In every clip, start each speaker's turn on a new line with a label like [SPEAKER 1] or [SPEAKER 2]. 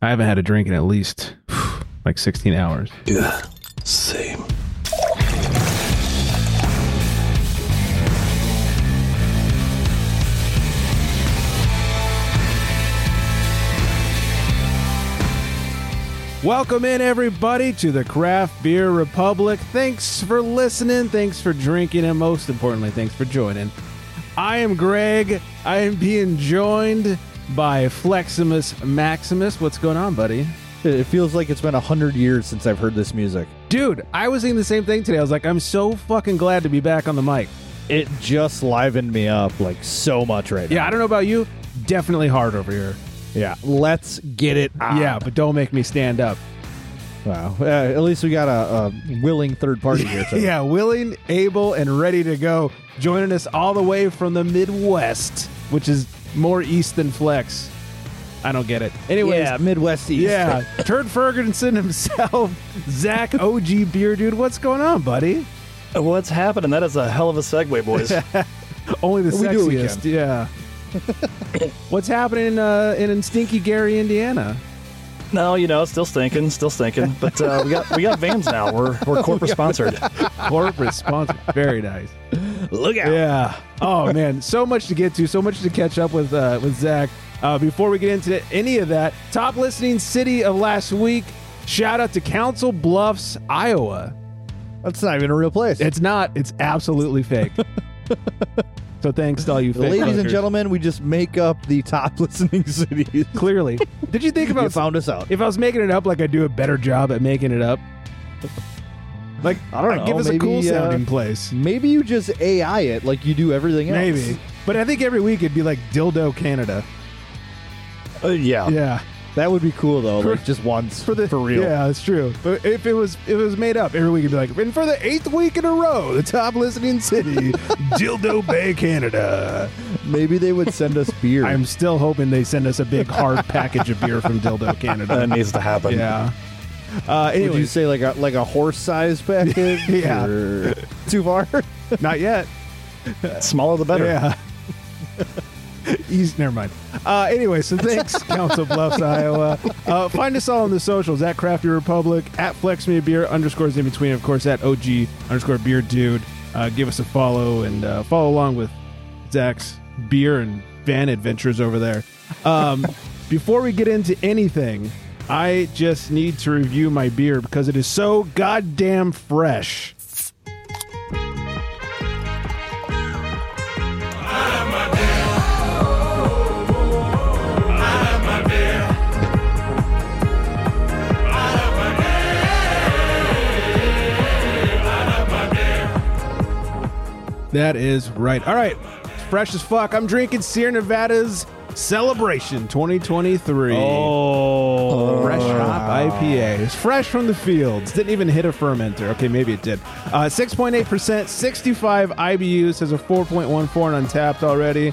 [SPEAKER 1] I haven't had a drink in at least like 16 hours.
[SPEAKER 2] Yeah, same.
[SPEAKER 1] Welcome in, everybody, to the Craft Beer Republic. Thanks for listening. Thanks for drinking. And most importantly, thanks for joining. I am Greg. I am being joined by Fleximus Maximus. What's going on, buddy?
[SPEAKER 3] It feels like it's been a hundred years since I've heard this music.
[SPEAKER 1] Dude, I was thinking the same thing today. I was like, I'm so fucking glad to be back on the mic.
[SPEAKER 3] It just livened me up like so much right
[SPEAKER 1] Yeah,
[SPEAKER 3] now.
[SPEAKER 1] I don't know about you. Definitely hard over here.
[SPEAKER 3] Yeah, let's get it. On.
[SPEAKER 1] Yeah, but don't make me stand up.
[SPEAKER 3] wow. Uh, at least we got a, a willing third party here. So.
[SPEAKER 1] Yeah, willing, able, and ready to go. Joining us all the way from the Midwest, which is more east than flex. I don't get it. Anyways,
[SPEAKER 3] yeah, Midwest East.
[SPEAKER 1] yeah, Turd Ferguson himself, Zach OG Beer Dude. What's going on, buddy?
[SPEAKER 2] What's Uh, happening? That is a hell of a segue, boys.
[SPEAKER 1] Only the
[SPEAKER 3] We do what we
[SPEAKER 1] sexiest. yeah. What's happening in, uh, in in Stinky Gary, Indiana?
[SPEAKER 2] no, you know, still stinking, still stinking. But uh, we got we got vans now. We're we're corporate sponsored.
[SPEAKER 1] Corporate sponsor. Very nice.
[SPEAKER 3] Look out.
[SPEAKER 1] Yeah. Oh man, so much to get to, so much to catch up with uh, with Zach. Uh, before we get into any of that, top listening city of last week. Shout out to Council Bluffs, Iowa.
[SPEAKER 3] That's not even a real place.
[SPEAKER 1] It's not. It's absolutely fake. so thanks to all you fake
[SPEAKER 3] Ladies and
[SPEAKER 1] fuckers.
[SPEAKER 3] gentlemen, we just make up the top listening cities.
[SPEAKER 1] Clearly, did you think
[SPEAKER 3] you
[SPEAKER 1] about
[SPEAKER 3] found us out.
[SPEAKER 1] if I was making it up like I do a better job at making it up? Like I
[SPEAKER 3] don't know,
[SPEAKER 1] Give us a
[SPEAKER 3] maybe,
[SPEAKER 1] cool sounding
[SPEAKER 3] uh,
[SPEAKER 1] place.
[SPEAKER 3] Maybe you just AI it like you do everything else.
[SPEAKER 1] Maybe. But I think every week it'd be like Dildo Canada.
[SPEAKER 2] Uh, yeah.
[SPEAKER 1] Yeah.
[SPEAKER 3] That would be cool though. Like just once
[SPEAKER 1] for the
[SPEAKER 3] for real.
[SPEAKER 1] Yeah, it's true. But if it was if it was made up, every week it'd be like, and for the eighth week in a row, the top listening city, Dildo Bay, Canada.
[SPEAKER 3] Maybe they would send us beer.
[SPEAKER 1] I'm still hoping they send us a big hard package of beer from Dildo
[SPEAKER 2] That
[SPEAKER 1] Canada.
[SPEAKER 2] needs to happen.
[SPEAKER 1] Yeah. Uh,
[SPEAKER 3] Would you
[SPEAKER 1] anyways,
[SPEAKER 3] say like a like a horse size package?
[SPEAKER 1] Yeah.
[SPEAKER 3] or- Too far?
[SPEAKER 1] not yet.
[SPEAKER 2] Smaller the better.
[SPEAKER 1] Yeah. He's, never mind. Uh, anyway, so thanks, Council Bluffs, Iowa. Uh, find us all on the socials at Crafty Republic, at Flex Me Beer underscores in between, of course, at OG underscore Beer Dude. Uh, give us a follow and uh, follow along with Zach's beer and van adventures over there. Um, before we get into anything, I just need to review my beer because it is so goddamn fresh. That is right. All right. Fresh as fuck. I'm drinking Sierra Nevada's Celebration 2023.
[SPEAKER 3] Oh,
[SPEAKER 1] Fresh hop IPA. It's fresh from the fields. Didn't even hit a fermenter. Okay, maybe it did. Uh, 6.8%, 65 IBUs, has a 4.14 on tapped already.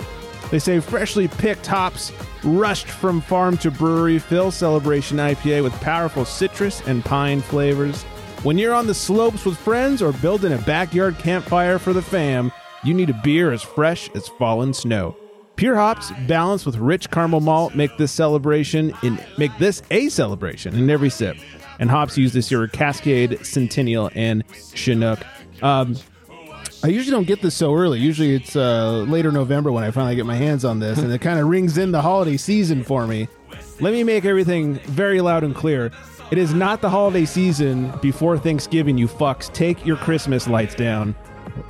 [SPEAKER 1] They say freshly picked hops rushed from farm to brewery fill Celebration IPA with powerful citrus and pine flavors. When you're on the slopes with friends or building a backyard campfire for the fam, you need a beer as fresh as fallen snow. Pure hops balanced with rich caramel malt make this celebration in make this a celebration in every sip. And hops used this year are Cascade, Centennial, and Chinook. Um, I usually don't get this so early. Usually it's uh, later November when I finally get my hands on this, and it kind of rings in the holiday season for me. Let me make everything very loud and clear. It is not the holiday season before Thanksgiving, you fucks. Take your Christmas lights down.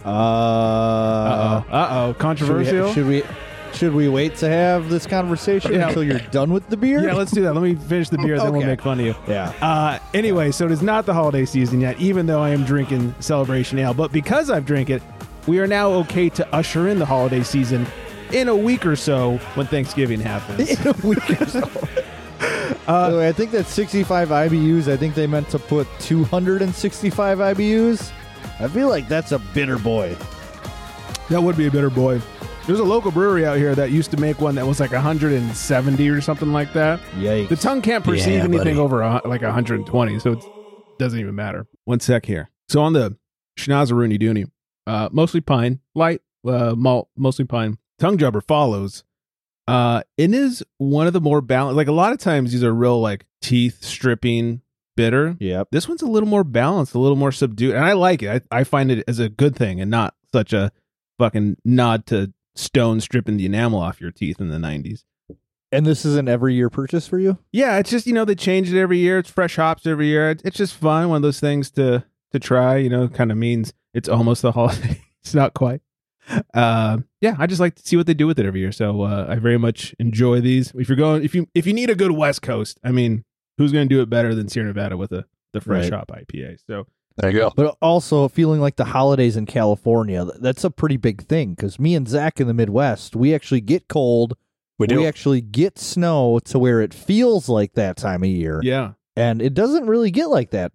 [SPEAKER 3] Uh, uh
[SPEAKER 1] Uh oh. Uh oh. Controversial.
[SPEAKER 3] Should we, should we wait to have this conversation
[SPEAKER 1] Yeah.
[SPEAKER 3] until you're done with the beer?
[SPEAKER 1] Yeah, let's do that. Let me finish the beer, then we'll
[SPEAKER 3] Okay.
[SPEAKER 1] make fun of you.
[SPEAKER 3] Yeah.
[SPEAKER 1] Uh, anyway, so it is not the holiday season yet, even though I am drinking Celebration Ale. But because I've drank it, we are now okay to usher in the holiday season in a week or so when Thanksgiving happens.
[SPEAKER 3] In a week or so. Uh, By the way, I think that 65 IBUs. I think they meant to put 265 IBUs. I feel like that's a bitter boy.
[SPEAKER 1] that would be a bitter boy. There's a local brewery out here that used to make one that was like 170 or something like that.
[SPEAKER 3] Yikes!
[SPEAKER 1] The tongue can't perceive
[SPEAKER 2] Yeah,
[SPEAKER 1] anything
[SPEAKER 2] buddy.
[SPEAKER 1] over a, like 120, so it doesn't even matter. One sec here. So on the Schnauzeruni Dooney, uh, mostly pine, light uh, malt, mostly pine. Tongue jobber follows. Uh, it is one of the more balanced. Like a lot of times, these are real like teeth stripping bitter.
[SPEAKER 3] Yep.
[SPEAKER 1] This one's a little more balanced, a little more subdued, and I like it. I, I find it as a good thing and not such a fucking nod to stone stripping the enamel off your teeth in the '90s.
[SPEAKER 3] And this is an every year purchase for you?
[SPEAKER 1] Yeah, it's just you know they change it every year. It's fresh hops every year. It- It's just fun. One of those things to to try. You know, kind of means it's almost the holiday. it's not quite. Uh, yeah, I just like to see what they do with it every year. So uh, I very much enjoy these. If you're going, if you if you need a good West Coast, I mean, who's going to do it better than Sierra Nevada with a the fresh
[SPEAKER 3] Right.
[SPEAKER 1] hop IPA? So
[SPEAKER 2] There you go.
[SPEAKER 3] But also feeling like the holidays in California, th- that's a pretty big thing because me and Zach in the Midwest, we actually get cold.
[SPEAKER 2] We do.
[SPEAKER 3] actually get snow to where it feels like that time of year.
[SPEAKER 1] yeah,
[SPEAKER 3] And it doesn't really get like that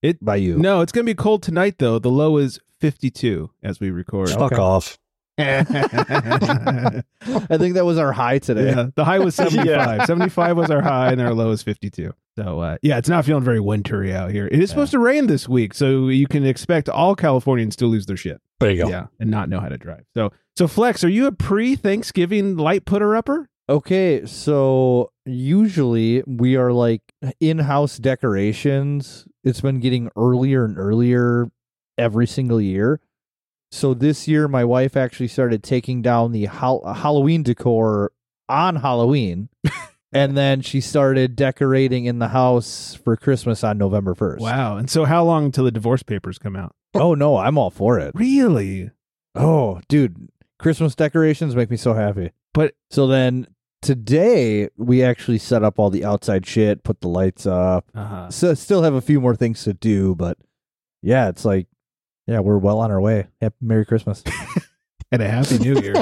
[SPEAKER 1] It-
[SPEAKER 3] by you.
[SPEAKER 1] no, it's going to be cold tonight though. The low is 52 as we record.
[SPEAKER 2] Fuck off.
[SPEAKER 1] yeah,
[SPEAKER 3] I think that was our high today.
[SPEAKER 1] the high was 75.
[SPEAKER 2] Yeah.
[SPEAKER 1] 75 was our high, and our low is 52. So, uh, yeah, it's not feeling very wintry out here. It is supposed to rain this week, so you can expect all Californians to lose their shit.
[SPEAKER 2] There you go.
[SPEAKER 1] Yeah, and not know how to drive. So, so Flex, are you a pre-Thanksgiving light putter upper?
[SPEAKER 3] Okay, so usually we are like in-house decorations. It's been getting earlier and earlier every single year. So this year my wife actually started taking down the hal- Halloween decor on Halloween. and then she started decorating in the house for Christmas on November 1st.
[SPEAKER 1] Wow! And so, how long until the divorce papers come out?
[SPEAKER 3] Oh no, I'm all for it.
[SPEAKER 1] Really?
[SPEAKER 3] Oh, dude, Christmas decorations make me so happy.
[SPEAKER 1] But-
[SPEAKER 3] so then today we actually set up all the outside shit, put the lights up.
[SPEAKER 1] Uh-huh.
[SPEAKER 3] So still have a few more things to do, but yeah, it's like yeah, we're well on our way. Happy Merry Christmas.
[SPEAKER 1] And a happy New Year,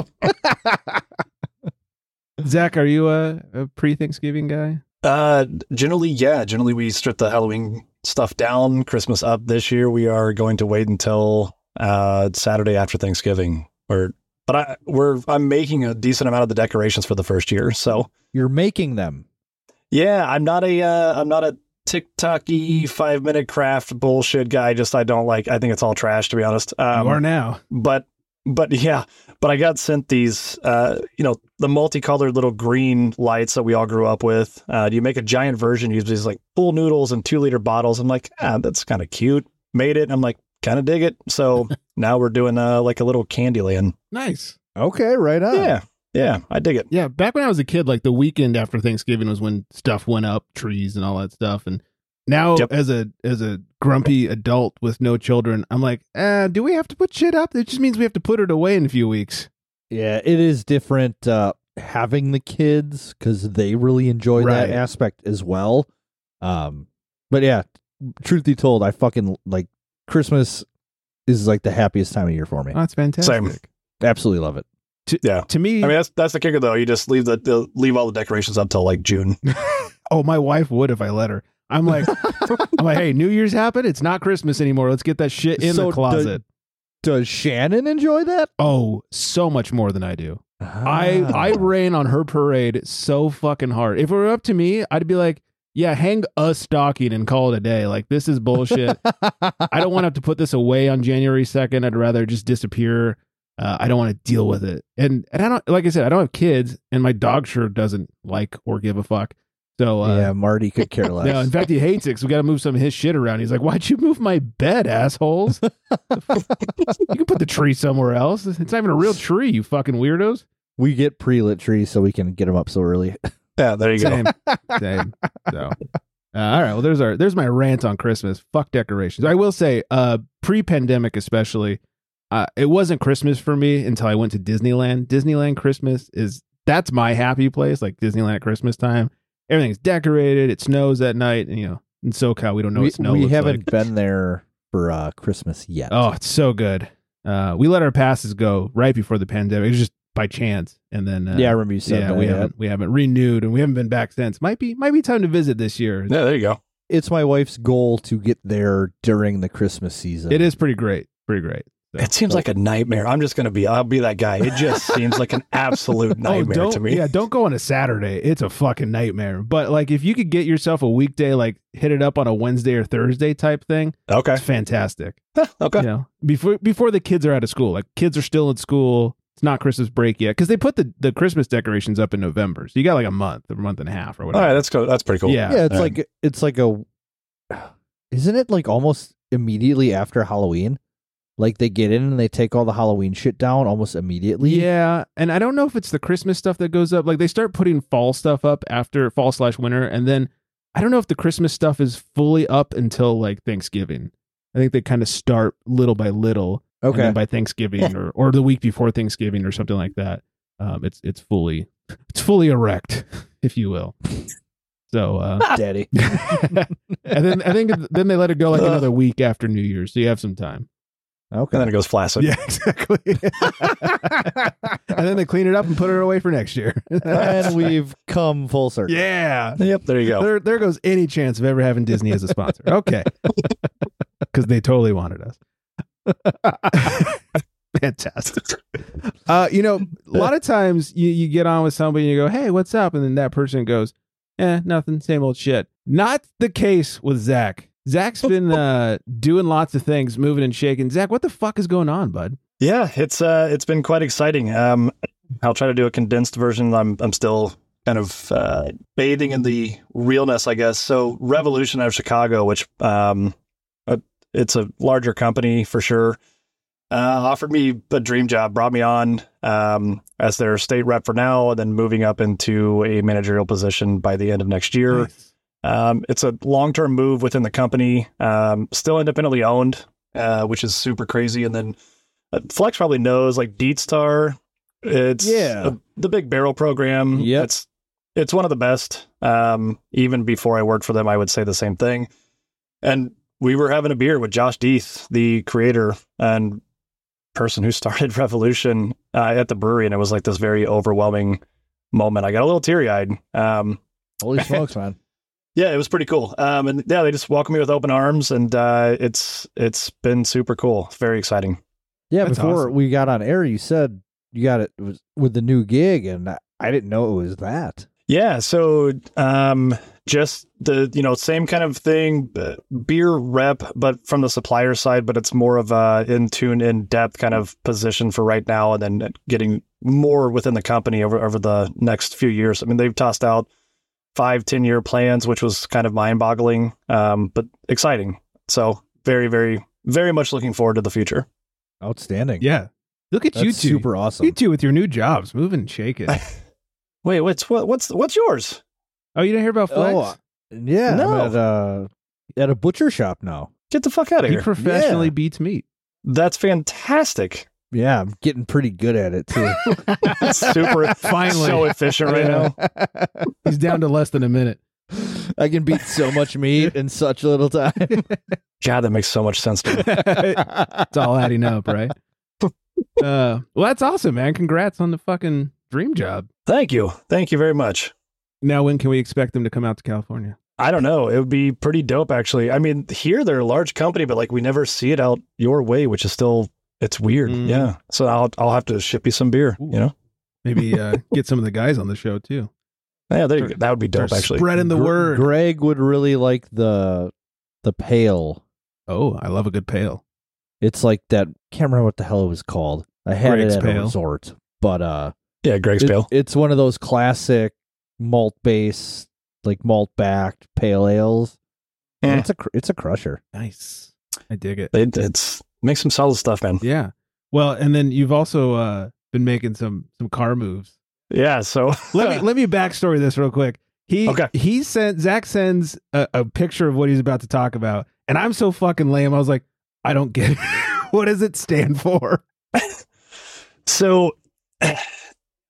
[SPEAKER 1] Zach. Are you a, a pre-Thanksgiving guy?
[SPEAKER 2] Uh, generally, yeah. Generally, we strip the Halloween stuff down, Christmas up. This year, we are going to wait until uh, Saturday after Thanksgiving. Or, but I we're I'm making a decent amount of the decorations for the first year. So
[SPEAKER 3] You're making them.
[SPEAKER 2] yeah, I'm not a uh, I'm not a TikToky five minute craft bullshit guy. Just I don't like. I think it's all trash to be honest. Um,
[SPEAKER 1] you are now.
[SPEAKER 2] but but yeah but i got sent these uh you know the multicolored little green lights that we all grew up with uh you make a giant version use these like pool noodles and two liter bottles i'm like ah that's kind of cute made it i'm like kind of dig it so now we're doing uh like a little candyland
[SPEAKER 1] Nice.
[SPEAKER 3] Okay, right on.
[SPEAKER 2] yeah yeah i dig it
[SPEAKER 1] Yeah, back when I was a kid, like the weekend after Thanksgiving was when stuff went up, trees and all that stuff. And now,
[SPEAKER 2] Yep.
[SPEAKER 1] as a as a grumpy adult with no children, I'm like, uh, do we have to put shit up? It just means we have to put it away in a few weeks.
[SPEAKER 3] Yeah, it is different uh having the kids cuz they really enjoy
[SPEAKER 1] Right.
[SPEAKER 3] that aspect as well. Um but yeah, truth be told, I fucking like Christmas is like the happiest time of year for me.
[SPEAKER 1] Oh, that's fantastic.
[SPEAKER 2] Same.
[SPEAKER 3] Absolutely love it.
[SPEAKER 1] To me,
[SPEAKER 2] i mean that's that's the kicker though you just leave the, the leave all the decorations up till like june
[SPEAKER 1] oh, my wife would if I let her. I'm like, I'm like, hey, New Year's happened. It's not Christmas anymore. Let's get that shit in
[SPEAKER 3] So
[SPEAKER 1] the
[SPEAKER 3] does-
[SPEAKER 1] closet.
[SPEAKER 3] Does Shannon enjoy that?
[SPEAKER 1] oh, so much more than I do. I
[SPEAKER 3] Ah.
[SPEAKER 1] I rain on her parade so fucking hard. If it were up to me, I'd be like, yeah, hang a stocking and call it a day. Like this is bullshit. I don't want to have to put this away on January second. I'd rather just disappear. Uh, I don't want to deal with it. And and I don't like I said, I don't have kids, and my dog sure doesn't like or give a fuck. So uh,
[SPEAKER 3] yeah, Marty could care less.
[SPEAKER 1] no, in fact, he hates it because we got to move some of his shit around. He's like, "Why'd you move my bed, assholes? you can put the tree somewhere else. It's not even a real tree, you fucking weirdos."
[SPEAKER 3] we get pre-lit trees so we can get them up so early.
[SPEAKER 2] yeah there you go
[SPEAKER 1] Same. Same. So. Uh, all right. Well, there's our there's my rant on Christmas. Fuck decorations. I will say, uh, pre-pandemic especially, uh, it wasn't Christmas for me until I went to Disneyland. Disneyland Christmas is that's my happy place. Like Disneyland at Christmas time, everything's decorated. It snows at night, and you know, in SoCal we don't know
[SPEAKER 3] we
[SPEAKER 1] what snow.
[SPEAKER 3] we
[SPEAKER 1] looks like.
[SPEAKER 3] haven't been there for uh, Christmas yet.
[SPEAKER 1] Oh, it's so good. Uh, we let our passes go right before the pandemic. It was just by chance, and then uh,
[SPEAKER 3] yeah, I remember you said
[SPEAKER 1] yeah,
[SPEAKER 3] that.
[SPEAKER 1] we
[SPEAKER 3] yeah.
[SPEAKER 1] haven't we haven't renewed, and we haven't been back since. Might be might be time to visit this year.
[SPEAKER 2] yeah there you go
[SPEAKER 3] It's my wife's goal to get there during the Christmas season.
[SPEAKER 1] It is pretty great. Pretty great.
[SPEAKER 2] it seems like a nightmare i'm just gonna be i'll be that guy it just seems like an absolute nightmare
[SPEAKER 1] Oh, don't,
[SPEAKER 2] to me
[SPEAKER 1] Yeah, don't go on a Saturday. It's a fucking nightmare. But like if you could get yourself a weekday, like hit it up on a Wednesday or Thursday type thing,
[SPEAKER 2] okay
[SPEAKER 1] it's fantastic.
[SPEAKER 2] okay
[SPEAKER 1] You know, before before the kids are out of school. Like kids are still in school. It's not Christmas break yet because they put the, the Christmas decorations up in November. So you got like a month, a month and a half or
[SPEAKER 4] All
[SPEAKER 1] whatever.
[SPEAKER 4] right, that's cool. That's pretty cool.
[SPEAKER 1] Yeah.
[SPEAKER 3] yeah, it's
[SPEAKER 4] All right.
[SPEAKER 3] like it's like a isn't it like almost immediately after Halloween? Like they get in and they take all the Halloween shit down almost immediately.
[SPEAKER 1] Yeah, and I don't know if it's the Christmas stuff that goes up. Like they start putting fall stuff up after fall slash winter, and then I don't know if the Christmas stuff is fully up until like Thanksgiving. I think they kind of start little by little, and
[SPEAKER 3] Okay.
[SPEAKER 1] then by Thanksgiving or or the week before Thanksgiving or something like that. Um, it's it's fully it's fully erect, if you will. So, uh,
[SPEAKER 3] Daddy.
[SPEAKER 1] and then I think then they let it go like another week after New Year's, so you have some time.
[SPEAKER 3] Okay.
[SPEAKER 4] And then it goes flaccid.
[SPEAKER 1] Yeah, exactly. and then they clean it up and put it away for next year.
[SPEAKER 3] and we've come full circle.
[SPEAKER 1] yeah.
[SPEAKER 2] Yep, there you go.
[SPEAKER 1] There, there goes any chance of ever having Disney as a sponsor. Okay. Because they totally wanted us. Fantastic. Uh, you know, a lot of times you, you get on with somebody and you go, hey, what's up? And then that person goes, eh, nothing, same old shit. Not the case with Zach. Zach's been uh, doing lots of things, moving and shaking. Zach, what the fuck is going on, bud?
[SPEAKER 2] Yeah, it's uh, it's been quite exciting. Um, I'll try to do a condensed version. I'm I'm still kind of uh, bathing in the realness, I guess. So, Revolution out of Chicago, which um, uh, it's a larger company for sure, uh, offered me a dream job, brought me on um, as their state rep for now, and then moving up into a managerial position by the end of next year. Um, it's a long term move within the company, um, still independently owned, uh, which is super crazy. And then uh, Flex probably knows like DeedStar. It's
[SPEAKER 3] Yeah.
[SPEAKER 2] uh, the big barrel program.
[SPEAKER 3] Yep.
[SPEAKER 2] It's it's one of the best. Um, even before I worked for them, I would say the same thing. And we were having a beer with Josh Deeth, the creator and person who started Revolution uh, at the brewery, and it was like this very overwhelming moment. I got a little teary eyed. Um,
[SPEAKER 3] Holy smokes, man.
[SPEAKER 2] yeah, it was pretty cool. Um, and yeah, they just welcomed me with open arms, and uh, it's it's been super cool. It's very exciting.
[SPEAKER 3] Yeah,
[SPEAKER 1] That's
[SPEAKER 3] before
[SPEAKER 1] awesome.
[SPEAKER 3] we got on air, you said you got it was with the new gig, and I- I didn't know it was that.
[SPEAKER 2] Yeah, so um, just the you know same kind of thing, b- beer rep, but from the supplier side, but it's more of a in tune, in depth kind of position for right now, and then getting more within the company over over the next few years. I mean, they've tossed out five, ten year plans, which was kind of mind boggling, um, but exciting. So very, very, very much looking forward to the future.
[SPEAKER 3] Outstanding.
[SPEAKER 1] Yeah. Look at
[SPEAKER 3] That's
[SPEAKER 1] you two.
[SPEAKER 3] super awesome.
[SPEAKER 1] You two with your new jobs, moving and shaking.
[SPEAKER 2] Wait, what's what, what's what's yours?
[SPEAKER 1] oh, you didn't hear about Flex?
[SPEAKER 3] Oh, yeah.
[SPEAKER 2] No.
[SPEAKER 3] I'm at, uh, at a butcher shop now.
[SPEAKER 2] Get the fuck out of
[SPEAKER 1] he
[SPEAKER 2] here.
[SPEAKER 1] professionally
[SPEAKER 3] Yeah.
[SPEAKER 1] beats meat.
[SPEAKER 2] That's fantastic.
[SPEAKER 3] Yeah, I'm getting pretty good at it too.
[SPEAKER 2] That's super
[SPEAKER 1] Finally.
[SPEAKER 2] so efficient right now.
[SPEAKER 1] He's down to less than a minute.
[SPEAKER 3] I can beat so much meat in such little time.
[SPEAKER 2] God, that makes so much sense to me.
[SPEAKER 1] it's all adding up, right? Uh, well, that's awesome, man. Congrats on the fucking dream job.
[SPEAKER 2] Thank you. Thank you very much.
[SPEAKER 1] Now, when can we expect them to come out to California?
[SPEAKER 2] I don't know. It would be pretty dope actually. I mean, here they're a large company, but like we never see it out your way, which is still it's weird.
[SPEAKER 1] Mm.
[SPEAKER 2] Yeah. So I'll I'll have to ship you some beer,
[SPEAKER 1] Ooh.
[SPEAKER 2] you know?
[SPEAKER 1] Maybe uh, get some of the guys on the show too.
[SPEAKER 2] Yeah, there you go. that would be dope
[SPEAKER 1] They're
[SPEAKER 2] actually.
[SPEAKER 1] spreading the
[SPEAKER 3] Gr-
[SPEAKER 1] word.
[SPEAKER 3] Greg would really like the the pale.
[SPEAKER 1] oh, I love a good pail.
[SPEAKER 3] It's like that. Can't remember what the hell it was called. I had
[SPEAKER 1] Greg's
[SPEAKER 3] it at
[SPEAKER 1] Pale.
[SPEAKER 3] a resort, but uh,
[SPEAKER 2] Yeah, Greg's
[SPEAKER 3] it-
[SPEAKER 2] Pale.
[SPEAKER 3] it's one of those classic malt base, like malt backed pale ales.
[SPEAKER 2] Yeah.
[SPEAKER 3] It's a cr- it's a crusher.
[SPEAKER 1] Nice. I dig it.
[SPEAKER 2] It, it's make some solid stuff, man.
[SPEAKER 1] Yeah. Well, and then you've also uh, been making some some car moves.
[SPEAKER 2] Yeah, so
[SPEAKER 1] let me let me backstory this real quick. He
[SPEAKER 2] Okay.
[SPEAKER 1] he sent Zach sends a, a picture of what he's about to talk about, and I'm so fucking lame. I was like, I don't get it. what does it stand for?
[SPEAKER 2] So,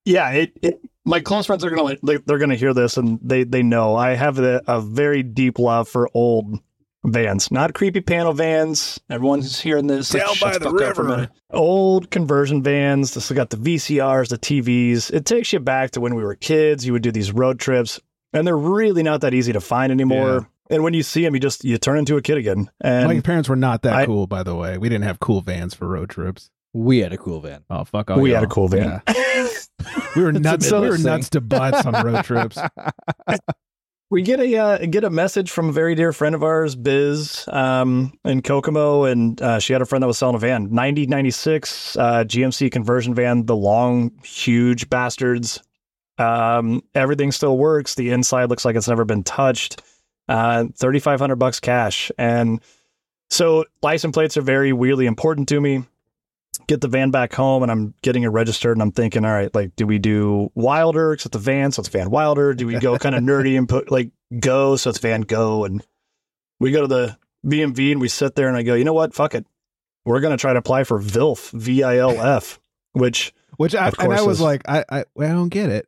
[SPEAKER 2] yeah, it, it, my close friends are gonna like, they- they're gonna hear this and they they know I have a, a very deep love for old vans, not creepy panel vans. Everyone who's hearing this, like,
[SPEAKER 1] Down
[SPEAKER 2] shut
[SPEAKER 1] by the
[SPEAKER 2] fuck up for
[SPEAKER 1] river.
[SPEAKER 2] a minute. old conversion vans. This has got the VCRs, the TVs. It takes you back to when we were kids. You would do these road trips, and they're really not that easy to find anymore. And when you see them, you just you turn into a kid again. And
[SPEAKER 1] My parents were not that
[SPEAKER 2] I-
[SPEAKER 1] cool, by the way. We didn't have cool vans for road trips.
[SPEAKER 3] We had a cool van.
[SPEAKER 1] Oh fuck! All
[SPEAKER 2] we
[SPEAKER 1] y'all.
[SPEAKER 2] had a cool van.
[SPEAKER 1] Yeah. We were
[SPEAKER 3] It's a
[SPEAKER 1] nuts. We were
[SPEAKER 3] Midwest
[SPEAKER 1] nuts to butts on road trips.
[SPEAKER 2] we get a uh, get a message from a very dear friend of ours, Biz, um, in Kokomo, and uh, she had a friend that was selling a van, ninety ninety six uh, GMC conversion van, the long, huge bastards. Um, everything still works. The inside looks like it's never been touched. Uh, thirty five hundred bucks cash, and so license plates are very weirdly important to me. Get the van back home, and I'm getting it registered, and I'm thinking, all right, like, do we do Wilder? Because it's a van, so it's Van Wilder. Do we go kind of nerdy and put like Go? So it's Van Go, and we go to the BMV and we sit there, and I go, you know what? Fuck it, we're gonna try to apply for VILF, V I L F, which
[SPEAKER 1] Which I
[SPEAKER 2] Of
[SPEAKER 1] and
[SPEAKER 2] course
[SPEAKER 1] I was
[SPEAKER 2] is.
[SPEAKER 1] like, I I, I don't get it.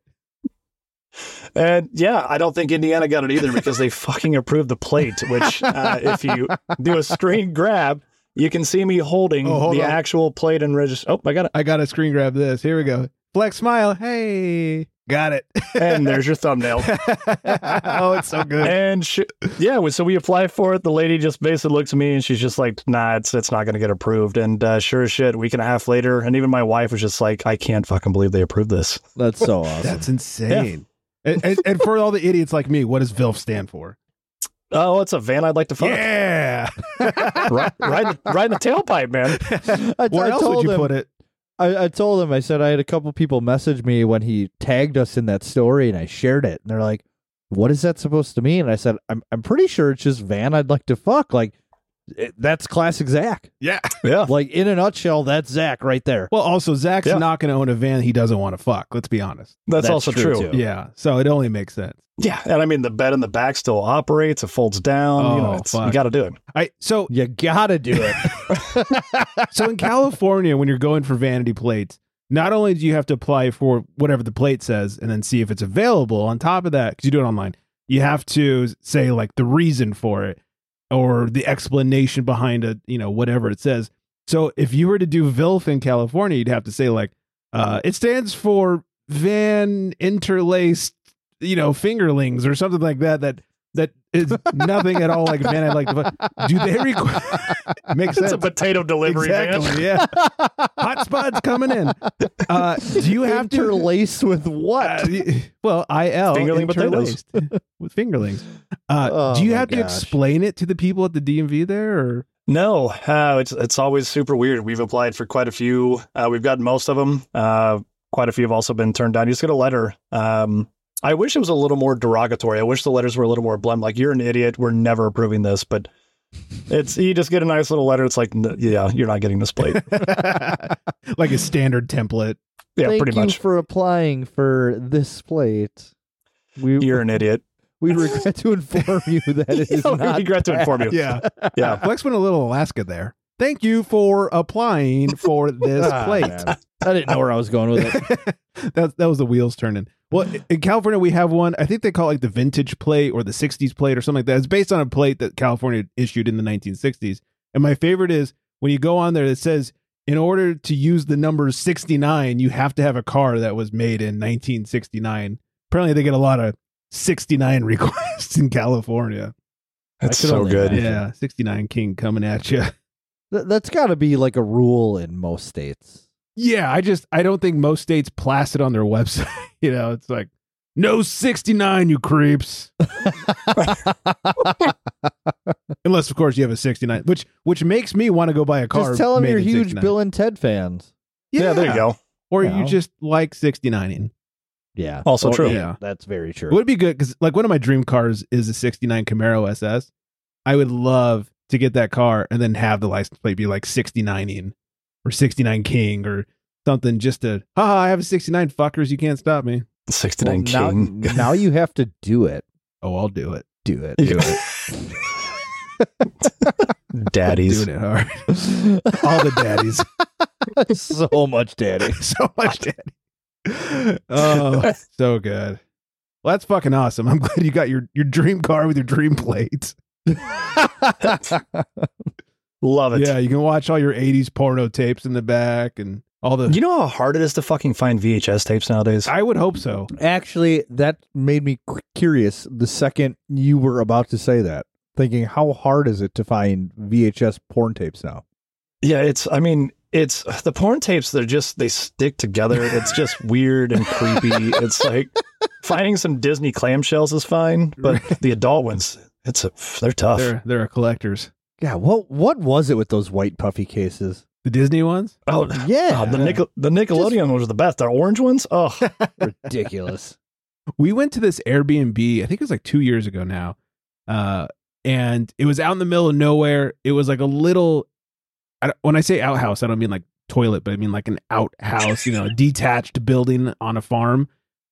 [SPEAKER 2] And yeah, I don't think Indiana got it either because they fucking approved the plate. Which, uh, if you do a screen grab, you can see me holding
[SPEAKER 1] Oh, hold
[SPEAKER 2] the
[SPEAKER 1] on.
[SPEAKER 2] actual plate and register. Oh, I got it.
[SPEAKER 1] I got to screen grab this. Here we go. Flex smile. Hey, got it.
[SPEAKER 2] And there's your thumbnail.
[SPEAKER 1] oh, it's so good.
[SPEAKER 2] and she, yeah, we- so we apply for it. The lady just basically looks at me and she's just like, "Nah, it's it's not going to get approved." And uh, sure as shit, a week and a half later, and even my wife was just like, "I can't fucking believe they approved this."
[SPEAKER 3] That's so awesome.
[SPEAKER 1] That's insane. And, and, and for all the idiots like me, what does VILF stand for?
[SPEAKER 2] Oh, it's a van I'd like to fuck.
[SPEAKER 1] Yeah.
[SPEAKER 2] Right, right, right in the tailpipe, man.
[SPEAKER 3] I,
[SPEAKER 1] Where
[SPEAKER 3] I
[SPEAKER 1] else
[SPEAKER 3] told
[SPEAKER 1] would you
[SPEAKER 3] him,
[SPEAKER 1] put it?
[SPEAKER 3] I, I told him, I said, I had a couple people message me when he tagged us in that story and I shared it. And they're like, what is that supposed to mean? And I said, I'm, I'm pretty sure it's just Van I'd like to fuck. Like, it, that's classic Zach.
[SPEAKER 1] Yeah.
[SPEAKER 2] Yeah,
[SPEAKER 3] Like, in a nutshell, that's Zach right there.
[SPEAKER 1] Well, also Zach's
[SPEAKER 2] Yeah.
[SPEAKER 1] not going to own a van he doesn't want to fuck. Let's be honest.
[SPEAKER 2] that's, also true.
[SPEAKER 3] too.
[SPEAKER 1] Yeah. So it only makes sense.
[SPEAKER 2] Yeah, and I mean the bed in the back still operates. It folds down.
[SPEAKER 1] Oh,
[SPEAKER 2] you know, it's, you
[SPEAKER 1] fuck.
[SPEAKER 2] got to do it.
[SPEAKER 1] I so
[SPEAKER 3] You gotta do it.
[SPEAKER 1] so in California when you're going for vanity plates, not only do you have to apply for whatever the plate says and then see if it's available. On top of that, because you do it online, you have to say like the reason for it or the explanation behind it. You know whatever it says. So if you were to do VILF in California, you'd have to say like uh, it stands for van interlaced, you know, fingerlings or something like that. That that is nothing at all like man. I like to. fuck." Do they require? makes
[SPEAKER 2] It's
[SPEAKER 1] sense.
[SPEAKER 2] a potato delivery man.
[SPEAKER 1] exactly. Yeah. Hot spots coming in. Uh, do you have to?
[SPEAKER 3] Interlaced with
[SPEAKER 1] Uh,
[SPEAKER 3] what?
[SPEAKER 1] y- well, IL
[SPEAKER 2] Fingerling potatoes.
[SPEAKER 1] interlaced with fingerlings. Uh,
[SPEAKER 3] Oh,
[SPEAKER 1] do you
[SPEAKER 3] my
[SPEAKER 1] have to
[SPEAKER 3] gosh.
[SPEAKER 1] explain it to the people at the DMV there? Or
[SPEAKER 2] No, uh, it's it's always super weird. We've applied for quite a few. Uh, we've gotten most of them. Uh, quite a few have also been turned down. You just get a letter. Um, I wish it was a little more derogatory. I wish the letters were a little more blunt. Like you're an idiot. We're never approving this. But it's you just get a nice little letter. It's like, "N- yeah, you're not getting this plate.
[SPEAKER 1] like a standard template?
[SPEAKER 2] Yeah,
[SPEAKER 3] Thank
[SPEAKER 2] pretty
[SPEAKER 3] you
[SPEAKER 2] much.
[SPEAKER 3] for applying for this plate. We
[SPEAKER 2] You're an idiot.
[SPEAKER 3] we regret to inform you that it is
[SPEAKER 2] We
[SPEAKER 3] not.
[SPEAKER 2] regret to inform you.
[SPEAKER 1] Yeah.
[SPEAKER 2] yeah.
[SPEAKER 1] Flex went a little Alaska there. Thank you for applying for this
[SPEAKER 3] Ah,
[SPEAKER 1] plate.
[SPEAKER 3] man. I didn't know where I was going with it.
[SPEAKER 1] that that was the wheels turning. Well, in California we have one. I think they call it like the vintage plate or the '60s plate or something like that. It's based on a plate that California issued in the 1960s. And my favorite is when you go on there, it says in order to use the number 69, you have to have a car that was made in 1969. Apparently, they get a lot of 69 requests in California.
[SPEAKER 2] That's
[SPEAKER 3] I could
[SPEAKER 2] so
[SPEAKER 3] only
[SPEAKER 2] good.
[SPEAKER 3] imagine.
[SPEAKER 1] Yeah, 69 King coming at you.
[SPEAKER 3] Th- that's got to be like a rule in most states.
[SPEAKER 1] Yeah, I just I don't think most states blast it on their website. you know, it's like no 69, you creeps. Unless, of course, you have a 69, which which makes me want to go buy a car.
[SPEAKER 3] Just tell them
[SPEAKER 1] made
[SPEAKER 3] you're
[SPEAKER 1] in
[SPEAKER 3] huge
[SPEAKER 1] 69.
[SPEAKER 3] Bill and Ted fans.
[SPEAKER 2] Yeah. there you go.
[SPEAKER 1] Or
[SPEAKER 3] Yeah.
[SPEAKER 1] you just like 69ing.
[SPEAKER 3] Oh, Yeah,
[SPEAKER 2] Also true.
[SPEAKER 1] Yeah.
[SPEAKER 3] That's very true.
[SPEAKER 1] It would be good because, like, one of my dream cars is a 69 Camaro SS. I would love to get that car and then have the license plate be like 69ing or 69 King or something just to, haha, I have a 69 fuckers. You can't stop me.
[SPEAKER 3] Well,
[SPEAKER 2] 69
[SPEAKER 3] now,
[SPEAKER 2] King.
[SPEAKER 3] now you have to do it.
[SPEAKER 1] Oh, I'll do it.
[SPEAKER 3] Do it.
[SPEAKER 2] Yeah. Daddies.
[SPEAKER 1] Doing it hard. All the daddies.
[SPEAKER 3] so much daddy.
[SPEAKER 1] so much daddy. Oh, so good. Well, that's fucking awesome. I'm glad you got your, your dream car with your dream plates.
[SPEAKER 2] Love it.
[SPEAKER 1] Yeah, you can watch all your 80s porno tapes in the back and all the.
[SPEAKER 2] You know how hard it is to fucking find VHS tapes nowadays?
[SPEAKER 1] I would hope so.
[SPEAKER 3] Actually, that made me cu- curious the second you were about to say that, thinking how hard is it to find VHS porn tapes now?
[SPEAKER 2] Yeah, it's, I mean, it's the porn tapes they're just they stick together it's just weird and creepy it's like finding some disney clamshells is fine but the adult ones it's a, they're tough
[SPEAKER 1] They're they're a collectors.
[SPEAKER 3] Yeah, what what was it with those white puffy cases? Um,
[SPEAKER 1] The Disney ones.
[SPEAKER 2] oh,
[SPEAKER 3] Yeah,
[SPEAKER 2] oh, the, Nickel- the nickelodeon ones are the best the orange ones oh
[SPEAKER 3] ridiculous.
[SPEAKER 1] We went to this Airbnb. I think it was like two years ago now, uh, and it was out in the middle of nowhere. It was like a little. I don't, when I say outhouse, I don't mean like toilet, but I mean like an outhouse. You know, a detached building on a farm,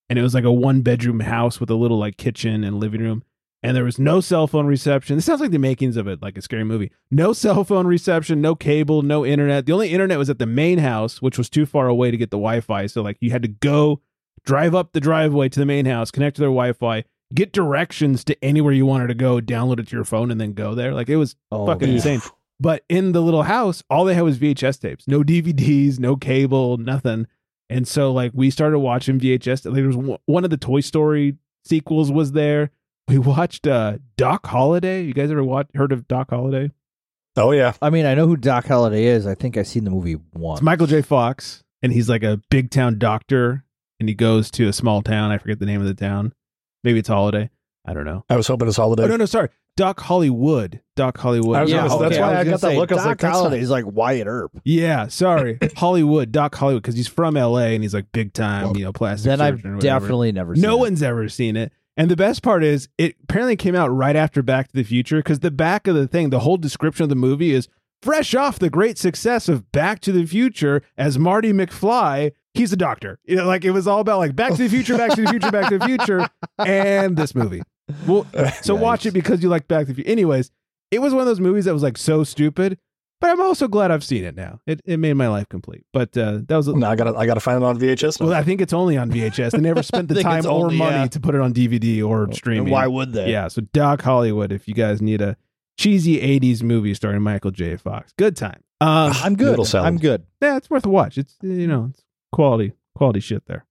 [SPEAKER 1] and it was like a one bedroom house with a little like kitchen and living room. And there was no cell phone reception. This sounds like the makings of it, like a scary movie. No cell phone reception, no cable, no internet. The only internet was at the main house, which was too far away to get the Wi Fi. So, like, you had to go drive up the driveway to the main house, connect to their Wi Fi, get directions to anywhere you wanted to go, download it to your phone, and then go there. Like, it was
[SPEAKER 3] Oh,
[SPEAKER 1] fucking
[SPEAKER 3] man.
[SPEAKER 1] insane. But in the little house, all they had was VHS tapes, no DVDs, no cable, nothing. And so, like, we started watching VHS. Like, there was one- one of the Toy Story sequels was there. We watched uh, Doc Holiday. You guys ever watch, heard of Doc Holiday?
[SPEAKER 2] oh yeah
[SPEAKER 3] I mean, I know who Doc Holliday is. I think I've seen the movie once.
[SPEAKER 1] It's Michael J. Fox, and he's like a big town doctor, and he goes to a small town. I forget the name of the town. Maybe it's Holiday. I don't know.
[SPEAKER 2] i was hoping it's holiday
[SPEAKER 1] Oh no, no, sorry, Doc Hollywood. Doc Hollywood.
[SPEAKER 2] I was gonna- that's why I
[SPEAKER 3] was
[SPEAKER 2] got
[SPEAKER 3] gonna
[SPEAKER 2] that
[SPEAKER 3] say,
[SPEAKER 2] look. I was
[SPEAKER 3] Doc
[SPEAKER 2] like, that's not-
[SPEAKER 3] Holliday is like Wyatt Earp.
[SPEAKER 1] Yeah, sorry, Hollywood, Doc Hollywood, because he's from L.A. and he's like big time,
[SPEAKER 3] Well,
[SPEAKER 1] you know, plastic.
[SPEAKER 3] Then I've
[SPEAKER 1] surgeon or whatever.
[SPEAKER 3] definitely never. seen
[SPEAKER 1] no
[SPEAKER 3] it.
[SPEAKER 1] one's ever seen it. And the best part is, it apparently came out right after Back to the Future because the back of the thing, the whole description of the movie is fresh off the great success of Back to the Future as Marty McFly. He's a doctor. You know, like it was all about like Back to the Future, Back to the Future, Back to the Future, and this movie. Well, so watch
[SPEAKER 3] Yikes.
[SPEAKER 1] it because you like Back to the Future. Anyways, it was one of those movies that was like so stupid, but I'm also glad I've seen it now. It it made my life complete. But uh, that was
[SPEAKER 2] No, I gotta, I gotta find it on VHS. now.
[SPEAKER 1] well, I think it's only on VHS. They never spent the
[SPEAKER 3] I think
[SPEAKER 1] time
[SPEAKER 3] it's
[SPEAKER 1] or
[SPEAKER 3] only,
[SPEAKER 1] money
[SPEAKER 3] yeah.
[SPEAKER 1] to put it on DVD or
[SPEAKER 3] And
[SPEAKER 1] streaming.
[SPEAKER 3] Why would they?
[SPEAKER 1] Yeah, so Doc Hollywood, if you guys need a cheesy 80s movie starring Michael J. Fox. Good time. Um,
[SPEAKER 3] I'm good.
[SPEAKER 2] Noodle salad.
[SPEAKER 3] I'm good.
[SPEAKER 1] yeah, it's worth a watch. It's, you know, it's quality, quality shit there.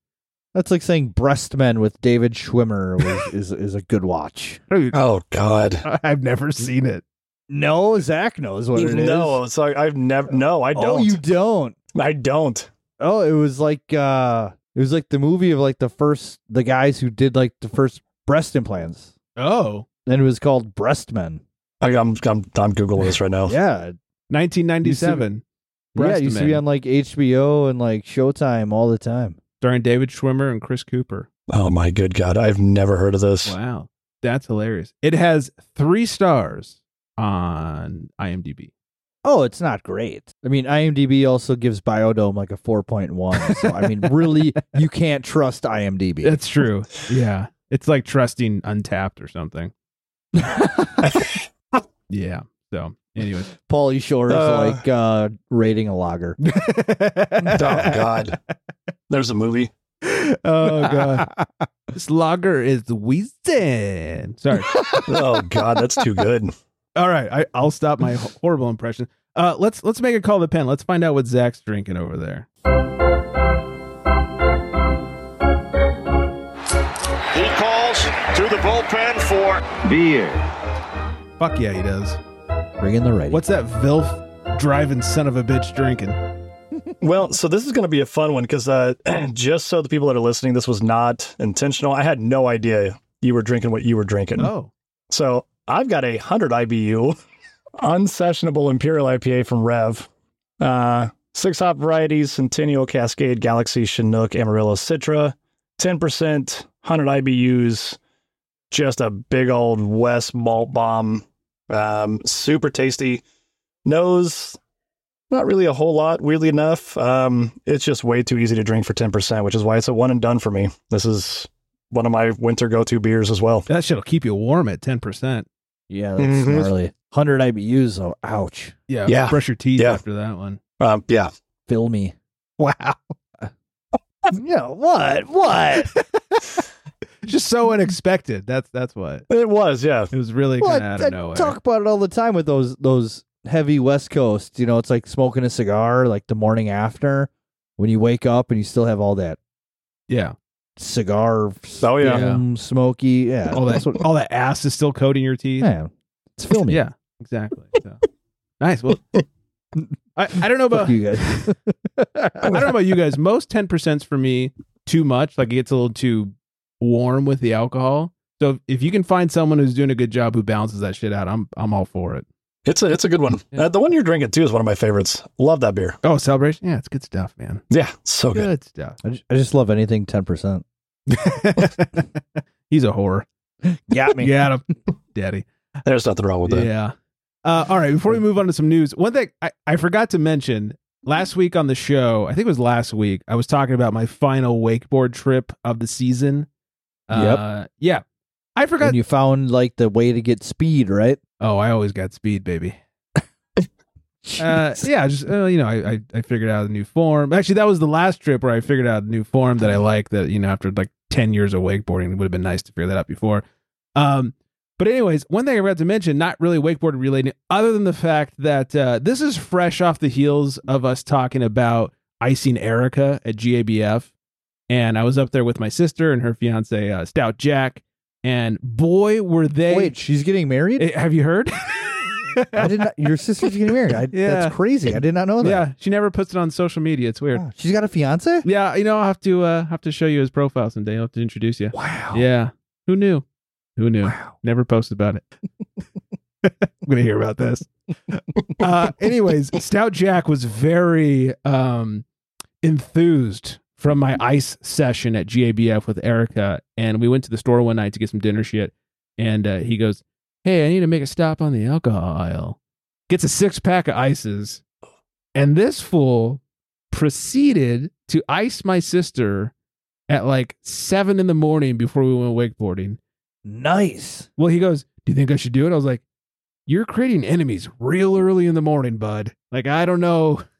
[SPEAKER 3] That's like saying Breast Men with David Schwimmer was, is is a good watch.
[SPEAKER 2] oh God,
[SPEAKER 1] I've never seen it.
[SPEAKER 3] No, Zach knows what it is.
[SPEAKER 2] no! It's like I've never. No, I don't.
[SPEAKER 3] Oh, you don't.
[SPEAKER 2] I don't.
[SPEAKER 3] Oh, it was like uh it was like the movie of like the first the guys who did like the first breast implants.
[SPEAKER 1] Oh.
[SPEAKER 3] And it was called Breast Men.
[SPEAKER 2] I, I'm, I'm, I'm googling this right now.
[SPEAKER 3] Yeah.
[SPEAKER 1] 1997.
[SPEAKER 3] yeah, it used to be
[SPEAKER 1] Breastman.
[SPEAKER 3] on like HBO and like Showtime all the time.
[SPEAKER 1] starring David Schwimmer and Chris Cooper.
[SPEAKER 2] Oh my good God, I've never heard of this.
[SPEAKER 1] Wow. That's hilarious. It has three stars on IMDb.
[SPEAKER 3] Oh, it's not great. I mean, IMDb also gives Biodome like a 4.1. So, I mean, really, you can't trust IMDb.
[SPEAKER 1] That's true. Yeah. It's like trusting untapped or something. Yeah. So, anyways.
[SPEAKER 3] Paulie Shore is
[SPEAKER 2] Uh.
[SPEAKER 3] like uh, rating a logger.
[SPEAKER 2] Oh God, there's a movie.
[SPEAKER 1] Oh, God. this lager is wheezing. Sorry.
[SPEAKER 2] Oh God, that's too good.
[SPEAKER 1] All right. I, I'll stop my horrible impression. Uh, let's let's make a call to the pen. Let's find out what Zach's drinking over there.
[SPEAKER 4] He calls to the bullpen for
[SPEAKER 1] Fuck yeah, he does.
[SPEAKER 3] Bring in the rating.
[SPEAKER 1] What's that Vilf driving son of a bitch drinking?
[SPEAKER 2] Well, so this is going to be a fun one because uh, just so the people that are listening, this was not intentional. I had no idea you were drinking what you were drinking.
[SPEAKER 1] Oh.
[SPEAKER 2] So I've got a 100 IBU unsessionable Imperial IPA from Rev. Uh, six hop varieties Centennial, Cascade, Galaxy, Chinook, Amarillo, Citra. 10%, 100 IBUs. Just a big old West malt bomb. Um, super tasty. Nose, not really a whole lot, weirdly enough. Um, it's just way too easy to drink for 10%, which is why it's a one and done for me. This is one of my winter go to beers as well.
[SPEAKER 1] That shit'll keep you warm at 10%.
[SPEAKER 3] yeah, that's
[SPEAKER 2] Mhm.
[SPEAKER 3] gnarly. 100 IBUs. Oh, ouch.
[SPEAKER 1] Yeah.
[SPEAKER 2] Yeah.
[SPEAKER 1] Brush your teeth
[SPEAKER 2] Yeah.
[SPEAKER 1] after that one.
[SPEAKER 2] Um, yeah,
[SPEAKER 3] Fill me.
[SPEAKER 1] Wow.
[SPEAKER 3] Yeah, what? What?
[SPEAKER 1] Just so unexpected. That's that's what.
[SPEAKER 2] It was, yeah.
[SPEAKER 1] It was really
[SPEAKER 3] Well,
[SPEAKER 1] kind of
[SPEAKER 3] I,
[SPEAKER 1] out
[SPEAKER 3] I
[SPEAKER 1] of nowhere.
[SPEAKER 3] talk about it all the time with those those heavy West Coast. You know, it's like smoking a cigar like the morning after when you wake up and you still have all that
[SPEAKER 1] yeah.
[SPEAKER 3] cigar
[SPEAKER 2] Oh yeah.
[SPEAKER 3] film, smoky. Yeah,
[SPEAKER 1] All that
[SPEAKER 3] that's what-
[SPEAKER 1] all that ass is still coating your teeth.
[SPEAKER 3] man, it's filmy.
[SPEAKER 1] Yeah, exactly. So. nice. Well, I, I don't know about
[SPEAKER 3] Fuck you guys.
[SPEAKER 1] I don't know about you guys. Most ten percent's for me too much. Like it gets a little too warm with the alcohol. So if you can find someone who's doing a good job who balances that shit out, I'm I'm all for it.
[SPEAKER 2] It's a it's a good one.
[SPEAKER 1] Yeah.
[SPEAKER 2] Uh, the one you're drinking too is one of my favorites. Love that beer.
[SPEAKER 1] Oh, celebration! Yeah, it's good stuff, man.
[SPEAKER 2] Yeah, so good.
[SPEAKER 1] Good stuff.
[SPEAKER 3] I just, I just love anything 10%.
[SPEAKER 1] He's a horror.
[SPEAKER 2] Got me.
[SPEAKER 1] Got him, daddy.
[SPEAKER 2] There's nothing wrong with that.
[SPEAKER 1] Yeah. Uh, all right. Before we move on to some news, one thing I, I forgot to mention last week on the show, I think it was last week, I was talking about my final wakeboard trip of the season. Uh, yeah. I forgot.
[SPEAKER 3] And you found like the way to get speed, right?
[SPEAKER 1] oh, I always got speed, baby. Uh, yeah, just uh, you know, I, I I figured out a new form. Actually, that was the last trip where I figured out a new form that I like. That you know, after like ten years of wakeboarding, it would have been nice to figure that out before. Um, but anyways, one thing I forgot to mention, not really wakeboard related, other than the fact that uh, this is fresh off the heels of us talking about icing Erica at GABF, and I was up there with my sister and her fiance uh, Stout Jack, and boy were they.
[SPEAKER 3] Wait, she's getting married?
[SPEAKER 1] Eh, have you heard?
[SPEAKER 3] I did not. Your sister's getting married. I,
[SPEAKER 1] Yeah.
[SPEAKER 3] That's crazy. I did not know that.
[SPEAKER 1] Yeah, she never puts it on social media. It's weird.
[SPEAKER 3] Wow. She's got a fiance?
[SPEAKER 1] Yeah, you know, I'll have to uh, have to show you his profile someday. I'll have to introduce you.
[SPEAKER 3] Wow.
[SPEAKER 1] Yeah. Who knew? Who knew?
[SPEAKER 3] Wow.
[SPEAKER 1] Never post about it. I'm gonna hear about this. Uh, anyways, Stout Jack was very um, enthused from my ice session at GABF with Erica, and we went to the store one night to get some dinner shit. And uh, he goes, "Hey, I need to make a stop on the alcohol aisle." Gets a six pack of ices, and this fool proceeded to ice my sister at like seven in the morning before we went wakeboarding.
[SPEAKER 3] Nice.
[SPEAKER 1] Well, he goes, Do you think I should do it? I was like, You're creating enemies real early in the morning, bud. Like, I don't know.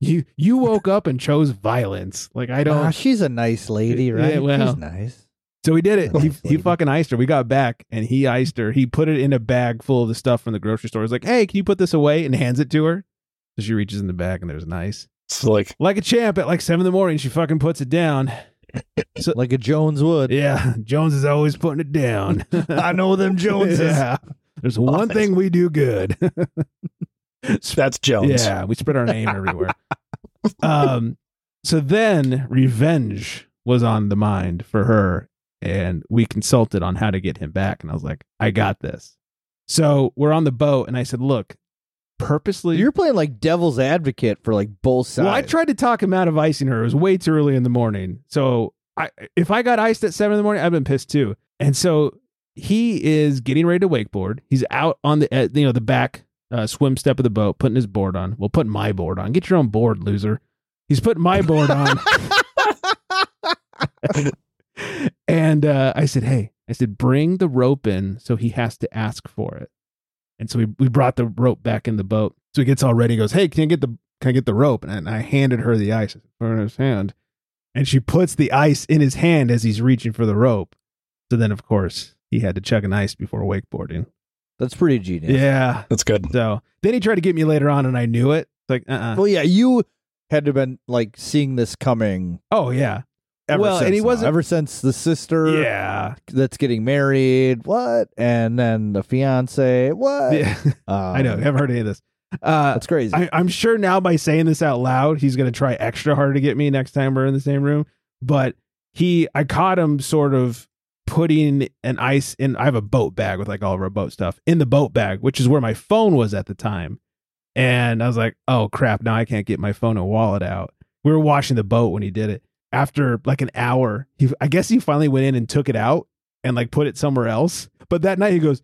[SPEAKER 1] You you woke up and chose violence. Like I
[SPEAKER 3] Ah,
[SPEAKER 1] don't
[SPEAKER 3] she's a nice lady,
[SPEAKER 1] Yeah,
[SPEAKER 3] right?
[SPEAKER 1] well.
[SPEAKER 3] She's nice.
[SPEAKER 1] So he did it. He,
[SPEAKER 3] Nice
[SPEAKER 1] he
[SPEAKER 3] lady.
[SPEAKER 1] fucking iced her. We got back and he iced her. He put it in a bag full of the stuff from the grocery store. He's like, Hey, can you put this away? And hands it to her. So she reaches in the bag and there's an ice.
[SPEAKER 2] It's like
[SPEAKER 1] Like a champ at like seven in the morning, she fucking puts it down.
[SPEAKER 3] Like a Jones would.
[SPEAKER 1] Yeah. Jones is always putting it down.
[SPEAKER 3] I know them Joneses.
[SPEAKER 1] Yeah. There's one
[SPEAKER 2] thanks.
[SPEAKER 1] thing we do good.
[SPEAKER 2] that's Jones.
[SPEAKER 1] Yeah, we spread our name everywhere. um, so then revenge was on the mind for her, and we consulted on how to get him back. And I was like, I got this. So we're on the boat, and I said, Look, purposely.
[SPEAKER 3] You're playing like devil's advocate for like both sides.
[SPEAKER 1] well, I tried to talk him out of icing her. It was way too early in the morning. So I, if I got iced at seven in the morning, I've been pissed too. And so he is getting ready to wakeboard. He's out on the uh, you know the back uh, swim step of the boat, putting his board on. Well, putting my board on. Get your own board, loser. He's putting my board on. and uh, I said, hey, I said, bring the rope in so he has to ask for it. And so we, we brought the rope back in the boat. So he gets all ready, goes, hey, can I get the can I get the rope? And I, and I handed her the ice in his hand. And she puts the ice in his hand as he's reaching for the rope. So then, of course, he had to chug an ice before wakeboarding.
[SPEAKER 3] That's pretty genius.
[SPEAKER 1] Yeah.
[SPEAKER 2] That's good.
[SPEAKER 1] So then he tried to get me later on, and I knew it. It's like, uh uh
[SPEAKER 3] Well, yeah, you had to been like seeing this coming.
[SPEAKER 1] Oh, yeah.
[SPEAKER 3] Ever
[SPEAKER 1] Well,
[SPEAKER 3] since
[SPEAKER 1] and he
[SPEAKER 3] now.
[SPEAKER 1] wasn't-
[SPEAKER 3] ever since the sister
[SPEAKER 1] Yeah.
[SPEAKER 3] that's getting married, what, and then the fiance, what?
[SPEAKER 1] yeah. I know.
[SPEAKER 3] Um,
[SPEAKER 1] Haven't heard any of this. Uh,
[SPEAKER 3] That's crazy.
[SPEAKER 1] I, I'm sure now by saying this out loud, he's going to try extra hard to get me next time we're in the same room. But he, I caught him sort of putting an ice in. I have a boat bag with like all of our boat stuff in the boat bag, which is where my phone was at the time. And I was like, oh crap, now I can't get my phone and wallet out. We were washing the boat when he did it. After like an hour, he, I guess he finally went in and took it out and like put it somewhere else. But that night he goes,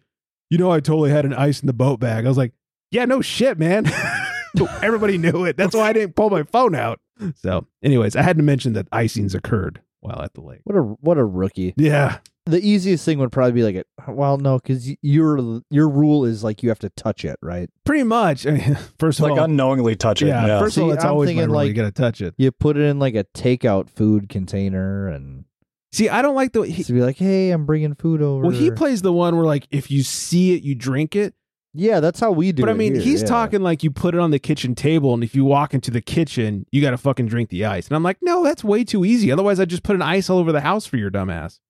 [SPEAKER 1] you know, I totally had an ice in the boat bag. I was like, yeah, no shit, man. Everybody knew it. That's why I didn't pull my phone out. So, anyways, I had to mention that icings occurred while at the lake.
[SPEAKER 3] what a what a rookie.
[SPEAKER 1] Yeah.
[SPEAKER 3] The easiest thing would probably be like, a, well, no, because your your rule is like you have to touch it, right?
[SPEAKER 1] Pretty much. I mean, first
[SPEAKER 2] It's
[SPEAKER 1] of
[SPEAKER 2] like
[SPEAKER 1] all,
[SPEAKER 2] unknowingly touching.
[SPEAKER 1] yeah,
[SPEAKER 2] Yeah.
[SPEAKER 1] First of
[SPEAKER 3] See,
[SPEAKER 1] all, it's
[SPEAKER 3] I'm
[SPEAKER 1] always my
[SPEAKER 3] thinking,
[SPEAKER 1] rule. you
[SPEAKER 3] like-
[SPEAKER 1] gotta touch it.
[SPEAKER 3] You put it in like a takeout food container and
[SPEAKER 1] See, I don't like the he,
[SPEAKER 3] to be like, hey, I'm bringing food over.
[SPEAKER 1] well. He plays the one where like if you see it, you drink it.
[SPEAKER 3] yeah, that's how we do.
[SPEAKER 1] But I
[SPEAKER 3] it
[SPEAKER 1] mean,
[SPEAKER 3] here,
[SPEAKER 1] he's
[SPEAKER 3] yeah.
[SPEAKER 1] talking like you put it on the kitchen table, and if you walk into the kitchen, you gotta fucking drink the ice. And I'm like, no, that's way too easy. Otherwise, I just put an ice all over the house for your dumbass.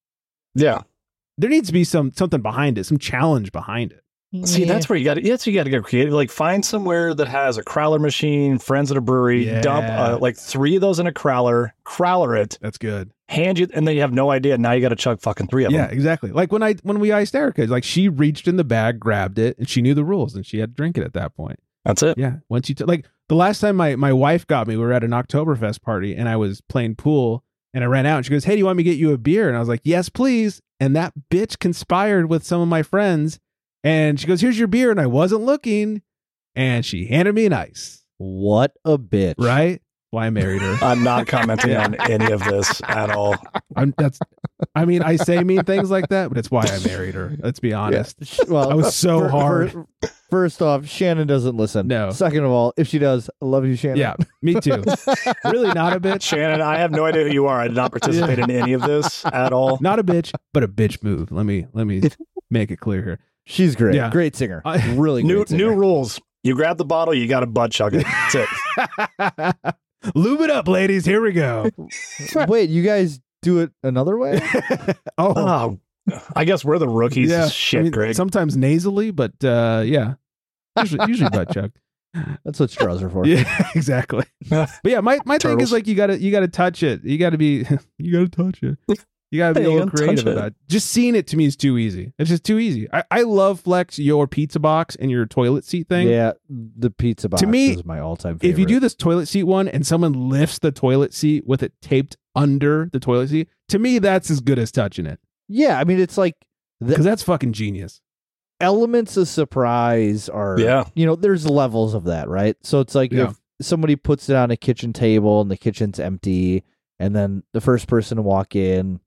[SPEAKER 2] yeah.
[SPEAKER 1] There needs to be some something behind it, some challenge behind it.
[SPEAKER 2] See, that's where you got to. Yes, you got to get creative. Like, find somewhere that has a crowler machine, friends at a brewery. Dump
[SPEAKER 1] Yeah.
[SPEAKER 2] uh, like three of those in a crowler, crowler it,
[SPEAKER 1] That's good.
[SPEAKER 2] hand you, and then you have no idea. Now you got to chug fucking three of
[SPEAKER 1] Yeah,
[SPEAKER 2] them.
[SPEAKER 1] exactly. Like when I when we iced Erica, like she reached in the bag, grabbed it, and she knew the rules, and she had to drink it at that point.
[SPEAKER 2] That's it.
[SPEAKER 1] Yeah. Once you t- like the last time my my wife got me, we were at an Oktoberfest party, and I was playing pool, and I ran out, and she goes, "Hey, do you want me to get you a beer?" And I was like, "Yes, please." And that bitch conspired with some of my friends, and she goes, "Here's your beer," and I wasn't looking, and she handed me an ice.
[SPEAKER 3] What a bitch.
[SPEAKER 1] Right? Why I married her.
[SPEAKER 2] I'm not commenting on any of this at all.
[SPEAKER 1] I'm that's. I mean, I say mean things like that, but it's why I married her. Let's be honest.
[SPEAKER 3] Sh- Well,
[SPEAKER 1] I was so
[SPEAKER 3] fir-
[SPEAKER 1] hard.
[SPEAKER 3] fir- first off, Shannon doesn't listen.
[SPEAKER 1] No.
[SPEAKER 3] Second of all, if she does, I love you, Shannon.
[SPEAKER 1] Yeah, me too. really not a bitch.
[SPEAKER 2] Shannon, I have no idea who you are. I did not participate in any of this at all.
[SPEAKER 1] Not a bitch, but a bitch move. Let me let me make it clear here.
[SPEAKER 3] She's great.
[SPEAKER 1] Yeah.
[SPEAKER 3] Great singer.
[SPEAKER 1] I-
[SPEAKER 3] really great
[SPEAKER 2] New
[SPEAKER 3] singer.
[SPEAKER 2] new rules. You grab the bottle, you got to butt chug it. That's it.
[SPEAKER 1] Lube it up, ladies. Here we go.
[SPEAKER 3] Wait, you guys do it another way?
[SPEAKER 1] Oh,
[SPEAKER 2] Oh, I guess we're the rookies.
[SPEAKER 1] yeah.
[SPEAKER 2] as Shit,
[SPEAKER 1] I mean,
[SPEAKER 2] Greg.
[SPEAKER 1] Sometimes nasally, but uh, yeah, usually, usually butt chuck.
[SPEAKER 3] That's what straws are for.
[SPEAKER 1] Yeah, exactly. but yeah, my, my thing
[SPEAKER 2] Turtles.
[SPEAKER 1] is like you gotta you gotta touch it. You gotta be you gotta touch it. You gotta be
[SPEAKER 2] Yeah,
[SPEAKER 1] a
[SPEAKER 2] you
[SPEAKER 1] little
[SPEAKER 2] gotta touch
[SPEAKER 1] creative
[SPEAKER 2] it.
[SPEAKER 1] about it. Just seeing it to me is too easy. It's just too easy. I, I love flex your pizza box and your toilet seat thing.
[SPEAKER 3] Yeah, the pizza box
[SPEAKER 1] me,
[SPEAKER 3] is my all-time favorite.
[SPEAKER 1] if you do this toilet seat one and someone lifts the toilet seat with it taped under the toilet seat, to me that's as good as touching it
[SPEAKER 3] yeah, I mean, it's like the
[SPEAKER 1] because that's fucking genius.
[SPEAKER 3] elements of surprise are.
[SPEAKER 2] yeah.
[SPEAKER 3] you know, there's levels of that, right? So it's like
[SPEAKER 1] Yeah.
[SPEAKER 3] if somebody puts it on a kitchen table and the kitchen's empty, and then the first person to walk in,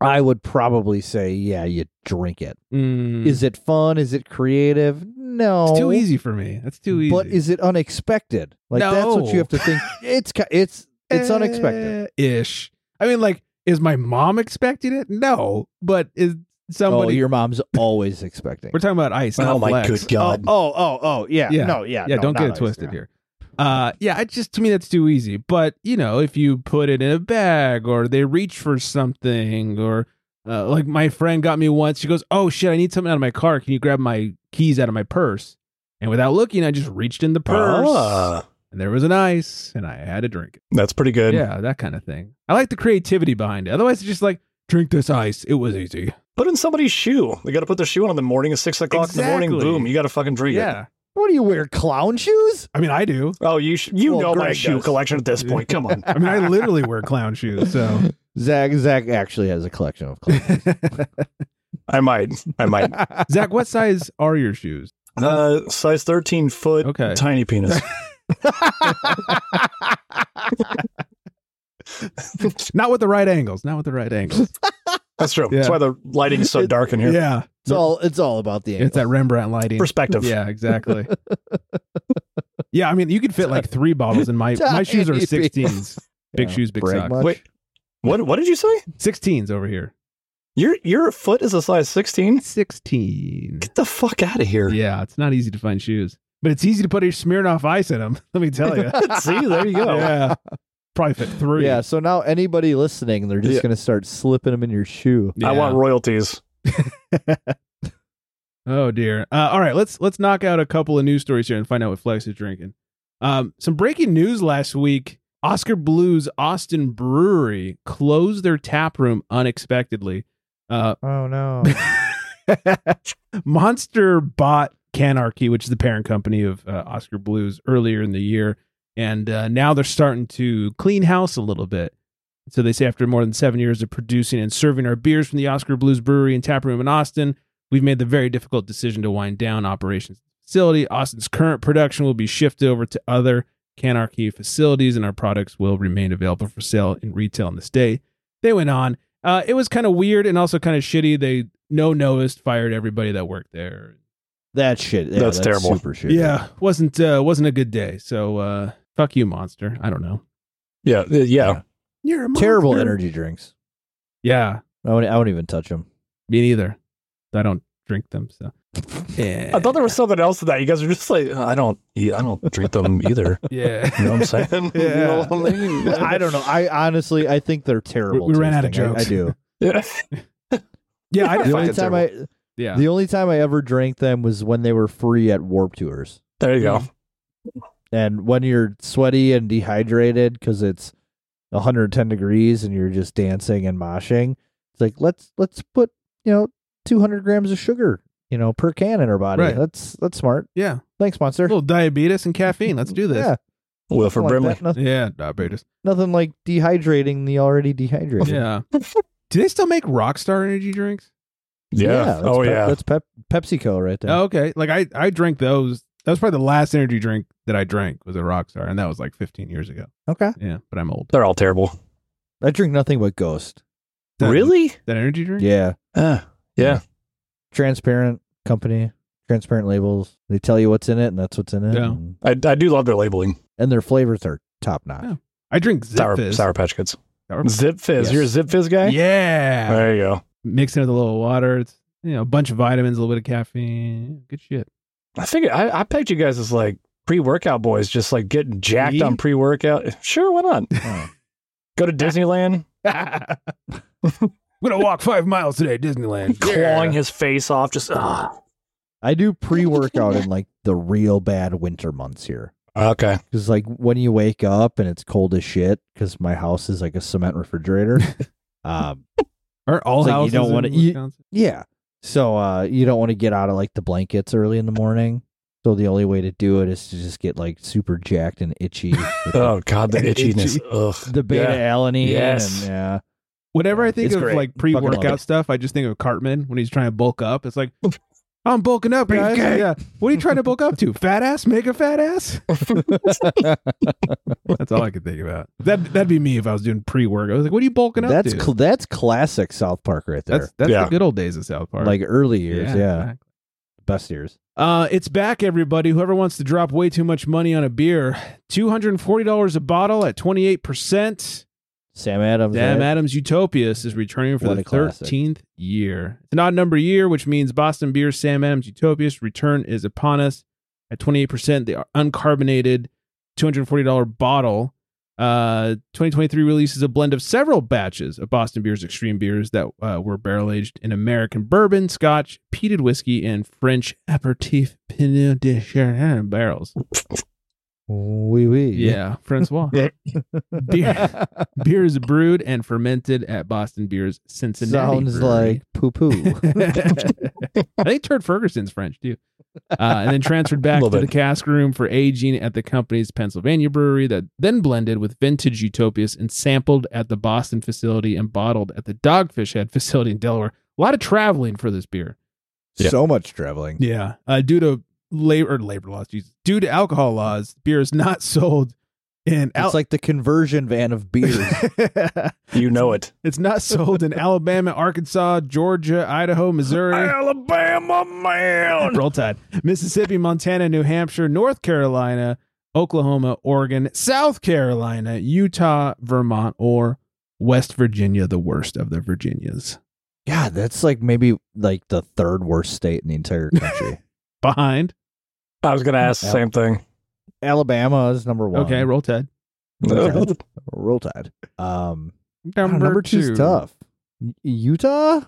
[SPEAKER 3] I would probably say, yeah, you drink it.
[SPEAKER 1] Mm,
[SPEAKER 3] Is it fun? Is it creative? No,
[SPEAKER 1] it's too easy for me. That's too easy.
[SPEAKER 3] But is it unexpected? Like that's what
[SPEAKER 1] No.
[SPEAKER 3] you have to think. It's ki- it's it's unexpected.
[SPEAKER 1] Eh, ish. I mean, like, is my mom expecting it? No, but is
[SPEAKER 3] Oh,
[SPEAKER 1] somebody?
[SPEAKER 3] your mom's always expecting.
[SPEAKER 1] we're talking about ice.
[SPEAKER 2] Oh
[SPEAKER 1] not
[SPEAKER 2] my
[SPEAKER 1] flex.
[SPEAKER 2] good god.
[SPEAKER 3] Oh, oh, oh, yeah.
[SPEAKER 1] Yeah.
[SPEAKER 3] No, yeah.
[SPEAKER 1] yeah,
[SPEAKER 3] no,
[SPEAKER 1] don't
[SPEAKER 3] not
[SPEAKER 1] get it
[SPEAKER 3] ice,
[SPEAKER 1] twisted
[SPEAKER 3] yeah.
[SPEAKER 1] here. Uh, yeah, it just to me that's too easy. But you know, if you put it in a bag or they reach for something or uh, like my friend got me once, she goes, "Oh shit, I need something out of my car. Can you grab my keys out of my purse?" And without looking, I just reached in the purse,
[SPEAKER 2] Ah,
[SPEAKER 1] and there was an ice, and I had to drink it.
[SPEAKER 2] that's pretty good.
[SPEAKER 1] Yeah, that kind of thing. I like the creativity behind it. Otherwise, it's just like drink this ice. It was easy.
[SPEAKER 2] Put in somebody's shoe. They got to put their shoe on in the morning at six o'clock in the
[SPEAKER 1] Exactly.
[SPEAKER 2] morning. Boom, you got to fucking drink it.
[SPEAKER 3] What do you wear? Clown shoes?
[SPEAKER 1] I mean, I do.
[SPEAKER 2] Oh, you sh- you
[SPEAKER 3] Well,
[SPEAKER 2] know my
[SPEAKER 3] Greg
[SPEAKER 2] shoe
[SPEAKER 3] does.
[SPEAKER 2] collection at this point. Come on.
[SPEAKER 1] I mean, I literally wear clown shoes. So
[SPEAKER 3] Zach Zach actually has a collection of clowns.
[SPEAKER 2] I might. I might.
[SPEAKER 1] Zach, what size are your shoes?
[SPEAKER 2] Uh, size 13 foot,
[SPEAKER 1] Okay.
[SPEAKER 2] tiny penis.
[SPEAKER 1] Not with the right angles. Not with the right angles.
[SPEAKER 2] That's true. That's
[SPEAKER 1] Yeah.
[SPEAKER 2] why the lighting's so dark in here.
[SPEAKER 1] yeah,
[SPEAKER 3] It's all it's all about the
[SPEAKER 1] it's that
[SPEAKER 3] angle.
[SPEAKER 1] Rembrandt lighting.
[SPEAKER 2] Perspective.
[SPEAKER 1] Yeah, exactly. yeah, I mean, you could fit like three bottles in my my shoes are
[SPEAKER 3] Tiny
[SPEAKER 1] sixteens. Big
[SPEAKER 3] Yeah.
[SPEAKER 1] shoes, big
[SPEAKER 3] Brag
[SPEAKER 1] socks.
[SPEAKER 3] much?
[SPEAKER 2] Wait. What What did you say?
[SPEAKER 1] Sixteens over here.
[SPEAKER 2] Your your foot is a size 16?
[SPEAKER 1] Sixteen.
[SPEAKER 2] Get the fuck out of here.
[SPEAKER 1] Yeah, it's not easy to find shoes, but it's easy to put a Smirnoff Ice in them. Let me tell you.
[SPEAKER 2] See, there you go.
[SPEAKER 1] Yeah, probably fit three.
[SPEAKER 3] Yeah, so now anybody listening, they're just
[SPEAKER 2] Yeah.
[SPEAKER 3] gonna start slipping them in your shoe.
[SPEAKER 1] Yeah.
[SPEAKER 2] I want royalties.
[SPEAKER 1] Oh dear. Uh, all right, let's let's knock out a couple of news stories here and find out what Flex is drinking. Um, some breaking news last week: Oscar Blues Austin Brewery closed their tap room unexpectedly. Uh,
[SPEAKER 3] Oh no.
[SPEAKER 1] Monster bought Canarchy, which is the parent company of uh, Oscar Blues, earlier in the year, and uh, now they're starting to clean house a little bit. So they say after more than seven years of producing and serving our beers from the Oscar Blues Brewery and Tap Room in Austin, we've made the very difficult decision to wind down operations at the facility. Austin's current production will be shifted over to other Canarchy facilities, and our products will remain available for sale in retail in the state. They went on. Uh, it was kind of weird and also kind of shitty. They no noticed fired everybody that worked there.
[SPEAKER 3] that shit. yeah,
[SPEAKER 2] That's terrible.
[SPEAKER 3] Super shit.
[SPEAKER 1] Yeah, wasn't uh, wasn't a good day. So uh, fuck you, monster. I don't know.
[SPEAKER 2] Yeah. uh, Yeah.
[SPEAKER 1] You're a
[SPEAKER 3] Terrible
[SPEAKER 1] monster.
[SPEAKER 3] energy drinks.
[SPEAKER 1] Yeah,
[SPEAKER 3] I won't, I won't even touch them.
[SPEAKER 1] me neither. I don't drink them. So yeah,
[SPEAKER 2] I thought there was something else to that. You guys are just like, I don't eat, I don't drink them either.
[SPEAKER 1] yeah.
[SPEAKER 2] You know what I'm saying? You know
[SPEAKER 1] Yeah.
[SPEAKER 2] what I mean?
[SPEAKER 3] I don't know. I honestly, I think they're terrible.
[SPEAKER 1] We- we ran out of
[SPEAKER 3] tasting. I-
[SPEAKER 1] jokes.
[SPEAKER 3] I, do.
[SPEAKER 2] Yeah.
[SPEAKER 1] Yeah, I
[SPEAKER 3] the
[SPEAKER 1] don't.
[SPEAKER 2] Fucking
[SPEAKER 3] only time I,
[SPEAKER 1] Yeah.
[SPEAKER 3] The only time I ever drank them was when they were free at Warp Tours.
[SPEAKER 2] There you go.
[SPEAKER 1] Mm.
[SPEAKER 3] And when you're sweaty and dehydrated because it's 110 degrees and you're just dancing and moshing, it's like let's let's put you know 200 grams of sugar you know per can in our body.
[SPEAKER 1] Right.
[SPEAKER 3] That's that's smart.
[SPEAKER 1] yeah.
[SPEAKER 3] Thanks,
[SPEAKER 1] A
[SPEAKER 3] sponsor.
[SPEAKER 1] little diabetes and caffeine. Let's do this.
[SPEAKER 3] Yeah,
[SPEAKER 2] Will for
[SPEAKER 3] like
[SPEAKER 2] Brimley.
[SPEAKER 3] that. Noth-
[SPEAKER 1] Yeah, diabetes.
[SPEAKER 3] nothing like dehydrating the already dehydrated.
[SPEAKER 1] Yeah. do they still make Rockstar energy drinks?
[SPEAKER 2] Yeah.
[SPEAKER 3] that's
[SPEAKER 2] Oh
[SPEAKER 3] Pep-
[SPEAKER 2] yeah.
[SPEAKER 3] That's Pep- PepsiCo right there.
[SPEAKER 1] Oh, okay. Like I, I drank those. That was probably the last energy drink that I drank was a Rockstar, and that was like 15 years ago.
[SPEAKER 3] Okay.
[SPEAKER 1] Yeah, but I'm
[SPEAKER 3] Oh,
[SPEAKER 1] old.
[SPEAKER 2] They're all terrible.
[SPEAKER 3] I drink nothing but Ghost.
[SPEAKER 1] That-
[SPEAKER 2] really?
[SPEAKER 1] That energy drink?
[SPEAKER 3] Yeah.
[SPEAKER 2] Uh,
[SPEAKER 3] transparent company, transparent labels. They tell you what's in it, and that's what's in it.
[SPEAKER 1] Yeah.
[SPEAKER 3] And,
[SPEAKER 2] I, I do love their labeling.
[SPEAKER 3] and their flavors are top notch.
[SPEAKER 1] Yeah. I drink Zip
[SPEAKER 2] Sour,
[SPEAKER 1] Fizz.
[SPEAKER 2] sour Patch Kids.
[SPEAKER 1] Sour-
[SPEAKER 2] Zip Fizz.
[SPEAKER 3] Yes.
[SPEAKER 2] You're a Zip Fizz guy?
[SPEAKER 1] Yeah.
[SPEAKER 2] There you go.
[SPEAKER 1] Mixing with a little water. It's you know a bunch of vitamins, a little bit of caffeine. Good shit.
[SPEAKER 2] I figured I, I pegged you guys as like pre workout boys, just like getting jacked
[SPEAKER 1] Me?
[SPEAKER 2] on pre workout. Sure, why not?
[SPEAKER 3] Oh.
[SPEAKER 2] Go to Disneyland,
[SPEAKER 1] I'm gonna walk five miles today, Disneyland.
[SPEAKER 2] clawing his face off, just ah.
[SPEAKER 3] I do pre workout in like the real bad winter months here.
[SPEAKER 2] Okay.
[SPEAKER 3] Because like when you wake up and it's cold as shit, because my house is like a cement refrigerator. um,
[SPEAKER 1] Or all
[SPEAKER 3] It's like you
[SPEAKER 1] houses.
[SPEAKER 3] don't wanna
[SPEAKER 1] in
[SPEAKER 3] eat-
[SPEAKER 1] Wisconsin?
[SPEAKER 3] yeah. So uh, you don't want to get out of like the blankets early in the morning. So the only way to do it is to just get like super jacked and itchy. with, like,
[SPEAKER 2] Oh god, the itchiness. Ugh.
[SPEAKER 3] the beta
[SPEAKER 2] Yeah.
[SPEAKER 3] alanine.
[SPEAKER 2] Yes.
[SPEAKER 3] And, yeah.
[SPEAKER 1] Whenever I think
[SPEAKER 2] It's
[SPEAKER 1] of
[SPEAKER 2] great.
[SPEAKER 1] like pre-workout
[SPEAKER 3] Fucking love it.
[SPEAKER 1] stuff, I just think of Cartman when he's trying to bulk up. It's like, I'm bulking up, guys. Yeah. What are you trying to bulk up to? Fat ass? Make a fat ass? That's all I could think about. That that'd be me if I was doing pre-workout. I was like, what are you bulking up
[SPEAKER 3] That's
[SPEAKER 1] to?
[SPEAKER 3] cl- that's classic South Park right there.
[SPEAKER 1] that's that's
[SPEAKER 2] Yeah.
[SPEAKER 1] the good old days of South Park.
[SPEAKER 3] like early years, yeah,
[SPEAKER 1] exactly.
[SPEAKER 3] best years.
[SPEAKER 1] Uh, it's back, everybody. Whoever wants to drop way too much money on a beer, two hundred and forty dollars a bottle at twenty eight percent.
[SPEAKER 3] Sam Adams.
[SPEAKER 1] Sam
[SPEAKER 3] right?
[SPEAKER 1] Adams Utopius is returning for
[SPEAKER 3] What
[SPEAKER 1] the
[SPEAKER 3] a classic.
[SPEAKER 1] 13th year. It's an odd number year, which means Boston Beer's Sam Adams Utopius return is upon us at 28%, the uncarbonated $240 bottle. Uh, 2023 releases a blend of several batches of Boston Beer's extreme beers that uh, were barrel aged in American bourbon, scotch, peated whiskey, and French aperitif Pinot de Chardonnay barrels.
[SPEAKER 3] Oui, oui.
[SPEAKER 1] Yeah, Francois. Beer. Beer is brewed and fermented at Boston Beer's Cincinnati.
[SPEAKER 3] Sounds
[SPEAKER 1] brewery.
[SPEAKER 3] like poo poo.
[SPEAKER 1] I think Turd Ferguson's French too. Uh, and then transferred back to
[SPEAKER 2] Little
[SPEAKER 1] the
[SPEAKER 2] bit.
[SPEAKER 1] cask room for aging at the company's Pennsylvania brewery that then blended with vintage Utopias and sampled at the Boston facility and bottled at the Dogfish Head facility in Delaware. A lot of traveling for this beer.
[SPEAKER 2] Yeah.
[SPEAKER 3] So much traveling.
[SPEAKER 1] Yeah. Uh, due to labor or labor laws, Jesus. Due to alcohol laws, beer is not sold in al-
[SPEAKER 3] It's like the conversion van of beers.
[SPEAKER 2] You know it.
[SPEAKER 1] It's not sold in Alabama, Arkansas, Georgia, Idaho, Missouri,
[SPEAKER 2] Alabama man.
[SPEAKER 1] Roll Tide, Mississippi, Montana, New Hampshire, North Carolina, Oklahoma, Oregon, South Carolina, Utah, Vermont, or West Virginia, the worst of the Virginias.
[SPEAKER 3] God, that's like maybe like the third worst state in the entire country.
[SPEAKER 1] Behind.
[SPEAKER 2] I was gonna ask the
[SPEAKER 3] Yeah.
[SPEAKER 2] same thing.
[SPEAKER 3] Alabama is number one.
[SPEAKER 1] Okay, Roll Tide.
[SPEAKER 3] roll, tide. roll tide. Um, I don't know,
[SPEAKER 1] Number,
[SPEAKER 3] two's
[SPEAKER 1] two.
[SPEAKER 3] tough. Y- Utah,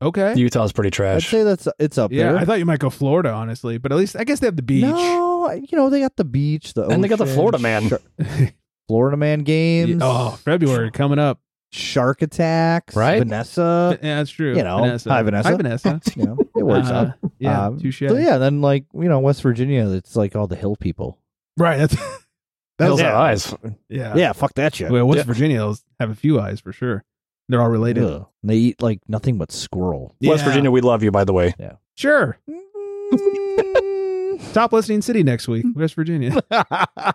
[SPEAKER 1] Okay.
[SPEAKER 2] Utah's pretty
[SPEAKER 3] I'd
[SPEAKER 2] trash.
[SPEAKER 3] say that's it's up
[SPEAKER 1] yeah,
[SPEAKER 3] there.
[SPEAKER 1] I thought you might go Florida, honestly, but at least I guess they have the beach.
[SPEAKER 3] No, you know they got the beach, the
[SPEAKER 2] And they got the
[SPEAKER 3] ocean,
[SPEAKER 2] Florida Man.
[SPEAKER 3] shar- Florida Man games.
[SPEAKER 1] oh, February coming up.
[SPEAKER 3] shark attacks,
[SPEAKER 2] Right?
[SPEAKER 1] Yeah,
[SPEAKER 3] Vanessa.
[SPEAKER 1] that's true.
[SPEAKER 3] Uh, you know,
[SPEAKER 1] Vanessa.
[SPEAKER 3] hi, Vanessa.
[SPEAKER 1] Hi, Vanessa.
[SPEAKER 3] you know, it works
[SPEAKER 1] Uh,
[SPEAKER 3] out.
[SPEAKER 1] Yeah,
[SPEAKER 3] Um,
[SPEAKER 1] touche.
[SPEAKER 3] So yeah, then like you know, West Virginia, it's like all the hill people.
[SPEAKER 1] Right. That's, that
[SPEAKER 2] Hills
[SPEAKER 1] was,
[SPEAKER 2] have eyes.
[SPEAKER 1] yeah.
[SPEAKER 3] yeah, fuck that shit.
[SPEAKER 1] Well, West
[SPEAKER 2] Yeah.
[SPEAKER 1] Virginia's have a few eyes for sure. They're all related.
[SPEAKER 3] Ugh. They eat like nothing but squirrel.
[SPEAKER 2] West
[SPEAKER 1] Yeah.
[SPEAKER 2] Virginia, we love you, by the way.
[SPEAKER 1] Sure.
[SPEAKER 3] Mm.
[SPEAKER 1] Top listening city next week, West Virginia.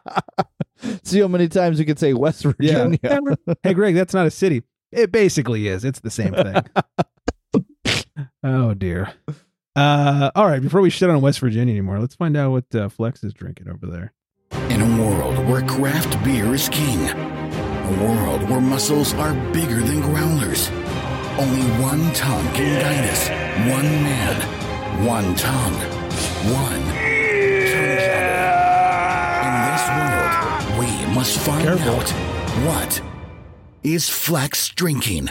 [SPEAKER 3] See how many times you could say West
[SPEAKER 1] Yeah.
[SPEAKER 3] Virginia.
[SPEAKER 1] hey, Greg, that's not a city. It basically is. It's the same thing. oh, dear. Uh, all right. Before we shit on West Virginia anymore, let's find out what uh, Flex is drinking over there.
[SPEAKER 5] In a world where craft beer is king, a world where muscles are bigger than growlers, only one tongue can guide us. One man, one tongue, one. tongue juggle. In this world, we must find out what is Flex drinking.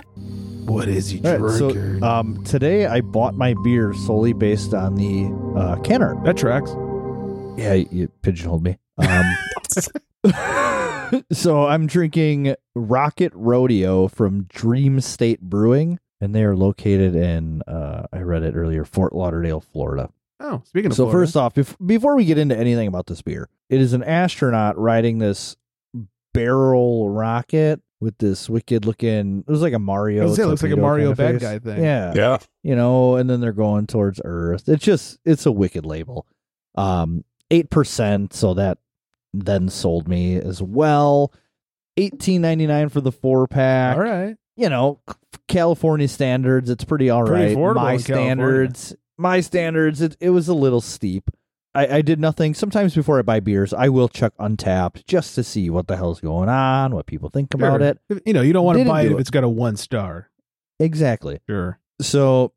[SPEAKER 1] What is he
[SPEAKER 3] All
[SPEAKER 1] drinking?
[SPEAKER 3] right, so um, today I bought my beer solely based on the uh, Kenner.
[SPEAKER 1] that tracks.
[SPEAKER 3] Yeah, you pigeonholed me. Um, so I'm drinking Rocket Rodeo from Dream State Brewing, and they are located in, uh, I read it earlier, Fort Lauderdale, Florida.
[SPEAKER 1] Oh, speaking of
[SPEAKER 3] So
[SPEAKER 1] Florida.
[SPEAKER 3] first off, bef- before we get into anything about this beer, it is an astronaut riding this barrel rocket with this wicked looking. It was like a Mario.
[SPEAKER 1] I was gonna say, it looks like a
[SPEAKER 3] torpedo
[SPEAKER 1] Mario
[SPEAKER 3] kinda
[SPEAKER 1] bad
[SPEAKER 3] face.
[SPEAKER 1] guy thing.
[SPEAKER 3] Yeah,
[SPEAKER 2] Yeah.
[SPEAKER 3] you know, and then they're going towards Earth. It's just it's a wicked label. Um, eight percent. So that then sold me as well. Eighteen ninety nine for the four pack
[SPEAKER 1] all right.
[SPEAKER 3] you know, c- California standards, it's pretty all right.
[SPEAKER 1] Pretty affordable
[SPEAKER 3] my
[SPEAKER 1] in California.
[SPEAKER 3] standards, my standards, it, it was a little steep. I, I did nothing. Sometimes before I buy beers, I will check Untapped just to see what the hell's going on, what people think about
[SPEAKER 1] Sure.
[SPEAKER 3] it.
[SPEAKER 1] You know, you don't want to
[SPEAKER 3] Didn't
[SPEAKER 1] buy it
[SPEAKER 3] do
[SPEAKER 1] if
[SPEAKER 3] it.
[SPEAKER 1] it's got a one star.
[SPEAKER 3] Exactly.
[SPEAKER 1] Sure.
[SPEAKER 3] So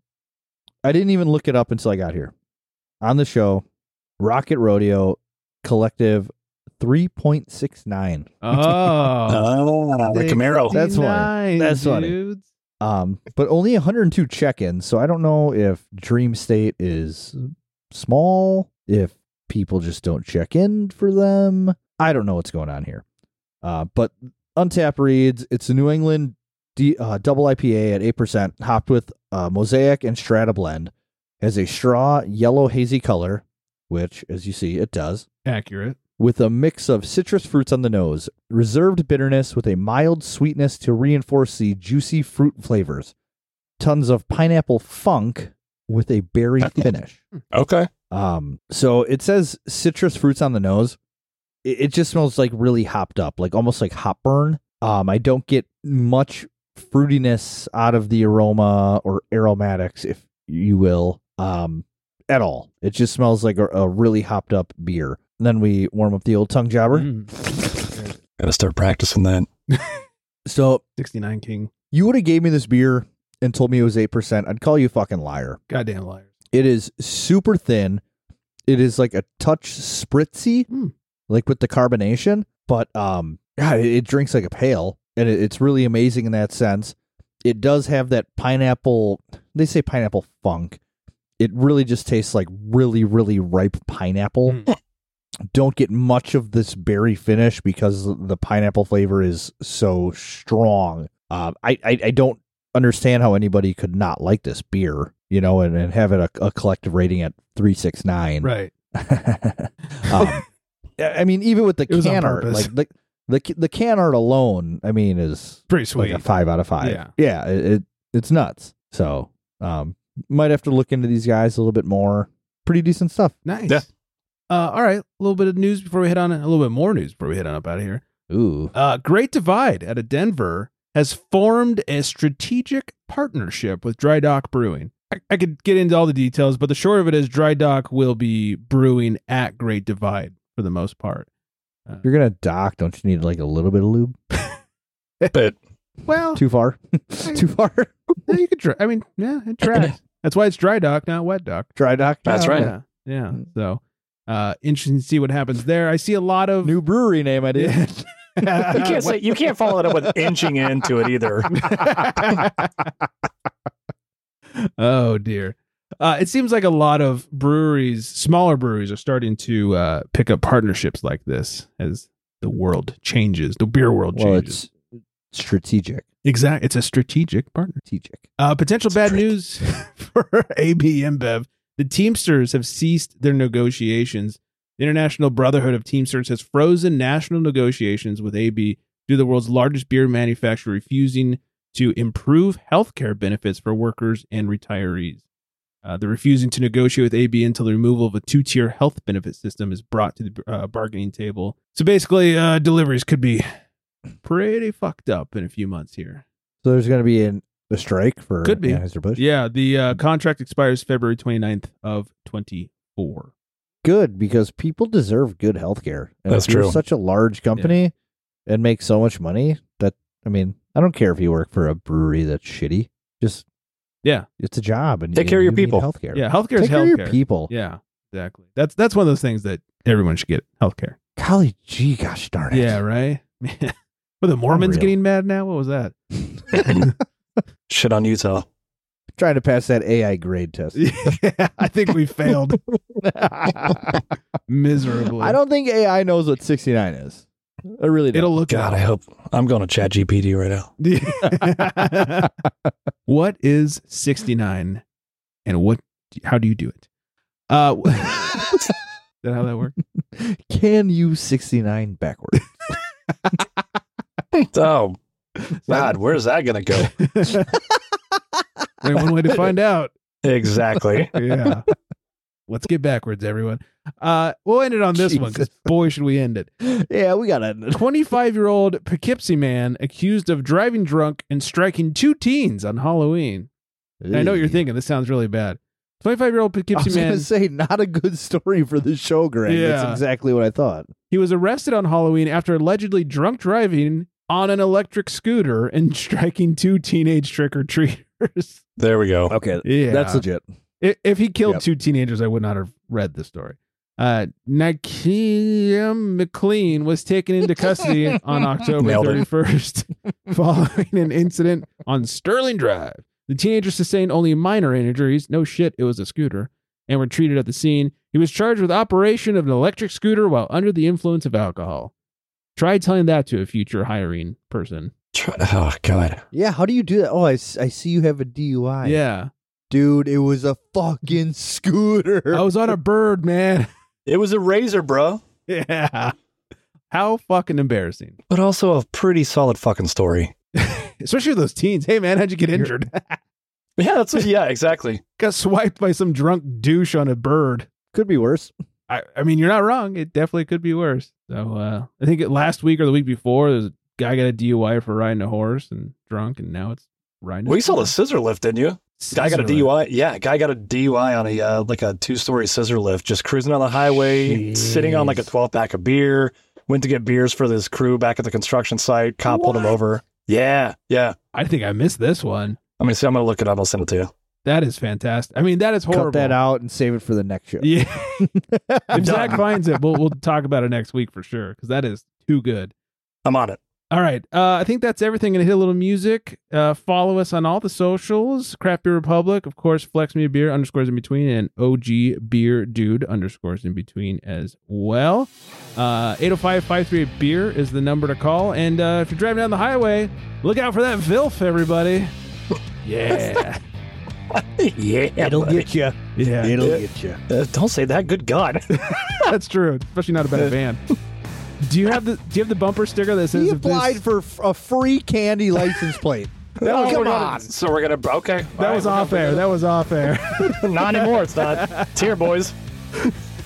[SPEAKER 3] I didn't even look it up until I got here. On the show, Rocket Rodeo Collective 3.69.
[SPEAKER 1] Oh,
[SPEAKER 2] Ah, the Camaro.
[SPEAKER 3] That's why.
[SPEAKER 1] 69,
[SPEAKER 3] That's funny.
[SPEAKER 1] dudes.
[SPEAKER 3] Um, but only 102 check-ins, so I don't know if Dream State is small, if people just don't check in for them. I don't know what's going on here. Uh, but Untap reads it's a New England D, uh, double IPA at eight percent, hopped with uh, Mosaic and Strata blend, has a straw yellow hazy color, which, as you see, it does
[SPEAKER 1] Accurate.
[SPEAKER 3] with a mix of citrus fruits on the nose, reserved bitterness with a mild sweetness to reinforce the juicy fruit flavors, tons of pineapple funk with a berry finish.
[SPEAKER 2] Okay.
[SPEAKER 3] Um, so it says citrus fruits on the nose. It, it just smells like really hopped up, like almost like hop burn. Um, I don't get much fruitiness out of the aroma or aromatics, if you will, um, at all. It just smells like a, a really hopped up beer. And then we warm up the old tongue jobber.
[SPEAKER 1] Mm.
[SPEAKER 2] Gotta start practicing that.
[SPEAKER 3] So
[SPEAKER 1] 69 King.
[SPEAKER 3] you would have gave me this beer and told me it was eight percent. I'd call you a fucking liar.
[SPEAKER 1] Goddamn liars.
[SPEAKER 3] It is super thin. It is like a touch spritzy,
[SPEAKER 1] Hmm.
[SPEAKER 3] like with the carbonation, but um, God, it, it drinks like a pail, and it, it's really amazing in that sense. It does have that pineapple. They say pineapple funk. It really just tastes like really, really ripe pineapple.
[SPEAKER 1] Hmm.
[SPEAKER 3] Don't get much of this berry finish because the pineapple flavor is so strong. Um, I, I I don't understand how anybody could not like this beer, you know, and, and have it a, a collective rating at three six nine.
[SPEAKER 1] Right.
[SPEAKER 3] um, I mean, even with the
[SPEAKER 1] It was on
[SPEAKER 3] can art,
[SPEAKER 1] purpose.
[SPEAKER 3] like the, the the can art alone, I mean, is
[SPEAKER 1] Pretty sweet.
[SPEAKER 3] like a five out of five.
[SPEAKER 1] Yeah.
[SPEAKER 3] it, it it's nuts. So, um, might have to look into these guys a little bit more. Pretty decent stuff.
[SPEAKER 1] Nice.
[SPEAKER 2] Yeah.
[SPEAKER 1] Uh, all right. A little bit of news before we head on. A little bit more news before we head on up out of here.
[SPEAKER 3] Ooh,
[SPEAKER 1] Uh, Great Divide out of Denver has formed a strategic partnership with Dry Dock Brewing. I, I could get into all the details, but the short of it is Dry Dock will be brewing at Great Divide for the most part.
[SPEAKER 3] you're gonna dock. Don't you need like a little bit of lube?
[SPEAKER 2] But
[SPEAKER 1] Well,
[SPEAKER 3] Too far? Too far?
[SPEAKER 1] yeah, you could. Try, I mean, yeah, it tracks. That's why it's Dry Dock, not Wet Dock.
[SPEAKER 3] Dry dock.
[SPEAKER 2] That's
[SPEAKER 3] Yeah.
[SPEAKER 2] right.
[SPEAKER 1] Yeah. Yeah. So, uh, interesting to see what happens there. I see a lot of
[SPEAKER 3] New brewery name idea.
[SPEAKER 2] you can't say you can't follow it up with inching into it either.
[SPEAKER 1] oh dear. Uh, it seems like a lot of breweries, smaller breweries, are starting to uh, pick up partnerships like this as the world changes, the beer world
[SPEAKER 3] well,
[SPEAKER 1] changes.
[SPEAKER 3] it's strategic.
[SPEAKER 1] exact. It's a strategic partner.
[SPEAKER 3] Strategic.
[SPEAKER 1] Uh, potential bad news for AB InBev. The Teamsters have ceased their negotiations. The International Brotherhood of Teamsters has frozen national negotiations with AB due to the world's largest beer manufacturer refusing to improve healthcare benefits for workers and retirees. Uh, they're refusing to negotiate with AB until the removal of a two tier health benefit system is brought to the uh, bargaining table. So basically, uh, deliveries could be pretty fucked up in a few months here.
[SPEAKER 3] So there's going to be an, a strike for
[SPEAKER 1] Could be.
[SPEAKER 3] Anheuser-Busch.
[SPEAKER 1] Yeah, the uh, contract expires February 29th of 24.
[SPEAKER 3] Good because people deserve good health care.
[SPEAKER 2] That's
[SPEAKER 3] if you're
[SPEAKER 2] true.
[SPEAKER 3] Such a large company and make so much money that I mean, I don't care if you work for a brewery that's shitty. Just
[SPEAKER 1] Yeah.
[SPEAKER 3] it's a job and
[SPEAKER 2] Take
[SPEAKER 3] and
[SPEAKER 2] care of your
[SPEAKER 3] you need
[SPEAKER 2] people.
[SPEAKER 3] Healthcare.
[SPEAKER 1] Yeah, healthcare is
[SPEAKER 3] Take care of your
[SPEAKER 1] healthcare.
[SPEAKER 3] people.
[SPEAKER 1] Yeah, exactly. That's that's one of those things that everyone should get healthcare.
[SPEAKER 3] Golly gee, gosh darn it.
[SPEAKER 1] Yeah, right? Man. Were the Mormons
[SPEAKER 3] Unreal.
[SPEAKER 1] getting mad now? What was that?
[SPEAKER 2] Shit on Utah.
[SPEAKER 3] Trying to pass that AI grade test.
[SPEAKER 1] yeah, I think we failed
[SPEAKER 3] I
[SPEAKER 1] miserably.
[SPEAKER 3] don't think AI knows what 69 is. I really don't.
[SPEAKER 1] It'll look
[SPEAKER 2] God, I hope I'm going to chat GPT right now.
[SPEAKER 1] up. what is 69 and what how do you do it? Uh Is that how that works?
[SPEAKER 3] Can you 69 backward?
[SPEAKER 2] Oh, God, where's that going to go?
[SPEAKER 1] Only one way to find out.
[SPEAKER 2] Exactly.
[SPEAKER 1] Yeah. Let's get backwards, everyone. Uh we'll end it on this one because boy should we end it.
[SPEAKER 3] yeah, we got
[SPEAKER 1] A
[SPEAKER 3] to.
[SPEAKER 1] 25 year old Poughkeepsie man accused of driving drunk and striking two teens on Halloween. And I know what you're thinking. This sounds really bad. 25 year old
[SPEAKER 3] I
[SPEAKER 1] Poughkeepsie
[SPEAKER 3] was going
[SPEAKER 1] man.
[SPEAKER 3] to say, not a good story for the show, Greg.
[SPEAKER 1] Yeah.
[SPEAKER 3] That's exactly what I thought.
[SPEAKER 1] He was arrested on Halloween after allegedly drunk driving on an electric scooter and striking two teenage trick or treaters.
[SPEAKER 2] There we go.
[SPEAKER 3] Okay.
[SPEAKER 1] Yeah.
[SPEAKER 3] That's legit.
[SPEAKER 1] I- if he killed
[SPEAKER 3] Yep.
[SPEAKER 1] two teenagers, I would not have read the story. Uh, Nakeem McLean was taken into custody on October
[SPEAKER 2] Nailed it.
[SPEAKER 1] 31st following an incident on Sterling Drive. The teenagers sustained only minor injuries. No shit, it was a scooter. And were treated at the scene. He was charged with operation of an electric scooter while under the influence of alcohol. Try telling that to a future hiring person.
[SPEAKER 2] Try- Oh, God.
[SPEAKER 3] Yeah, how do you do that? Oh, I, s- I see you have a DUI.
[SPEAKER 1] Yeah.
[SPEAKER 3] Dude, it was a fucking scooter.
[SPEAKER 1] I was on a bird, man.
[SPEAKER 2] It was a razor, bro,
[SPEAKER 1] yeah. How fucking embarrassing.
[SPEAKER 2] but also a pretty solid fucking story.
[SPEAKER 1] especially those teens. Hey man, how'd you get injured?
[SPEAKER 2] Yeah, that's yeah, exactly.
[SPEAKER 1] Got swiped by some drunk douche on a bird.
[SPEAKER 3] Could be worse.
[SPEAKER 1] I, I mean, you're not wrong. It definitely could be worse. So uh, I think it, last week or the week before, there's a guy got a DUI for riding a horse and drunk, and now it's riding.
[SPEAKER 2] Well, you saw the scissor lift, didn't you? Guy got a DUI. Yeah, guy got a DUI on a uh, like a two-story scissor lift, just cruising on the highway, sitting on like a
[SPEAKER 3] Jeez.
[SPEAKER 2] 12 pack of beer. Went to get beers for this crew back at the construction site. Cop pulled him over. Yeah, yeah.
[SPEAKER 1] I think I missed this one.
[SPEAKER 2] I'm gonna see. I'm gonna look it up. I'll send it to you.
[SPEAKER 1] That is fantastic. I mean, that is horrible.
[SPEAKER 3] Cut that out and save it for the next show.
[SPEAKER 1] Yeah. if Zach finds it, we'll we'll talk about it next week for sure because that is too good.
[SPEAKER 2] I'm on it.
[SPEAKER 1] All right. Uh, I think that's everything. Gonna hit a little music. Uh, follow us on all the socials. Crappy Republic, of course. Flex me a beer underscores in between, and OG beer dude underscores in between as well. Uh, 805-538 beer is the number to call. And uh, if you're driving down the highway, look out for that vilf, everybody. Yeah,
[SPEAKER 2] yeah,
[SPEAKER 3] It'll
[SPEAKER 2] buddy.
[SPEAKER 3] get you.
[SPEAKER 1] yeah,
[SPEAKER 3] It'll
[SPEAKER 2] Yeah.
[SPEAKER 3] get you.
[SPEAKER 2] Uh, don't say that. Good God.
[SPEAKER 1] that's true. Especially not about a van. Do you have the Do you have the bumper sticker that says
[SPEAKER 3] He
[SPEAKER 1] if this-
[SPEAKER 3] applied for f- a free candy license plate.
[SPEAKER 1] That was,
[SPEAKER 2] Oh, we're
[SPEAKER 1] that
[SPEAKER 2] gonna- so we're gonna. Okay. All right,
[SPEAKER 1] was
[SPEAKER 2] we're
[SPEAKER 1] off air. That was off air.
[SPEAKER 2] gonna- Not anymore. It's not. Tear boys.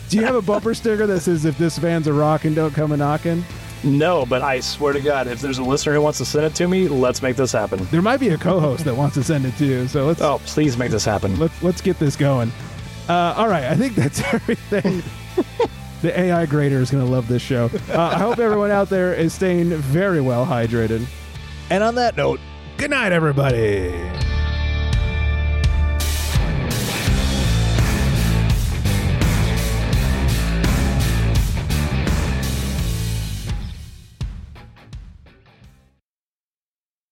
[SPEAKER 1] Do you have a bumper sticker that says "If this van's a rockin', don't come a knockin'"?
[SPEAKER 2] No, but I swear to God, if there's a listener who wants to send it to me, let's make this happen.
[SPEAKER 1] There might be a co-host that wants to send it to you, so let's
[SPEAKER 2] Oh, please make this happen.
[SPEAKER 1] let's let's get this going. Uh, all right, I think that's everything. the AI grader is going to love this show. Uh, I hope everyone out there is staying very well hydrated.
[SPEAKER 3] And on that note,
[SPEAKER 1] Good night, everybody.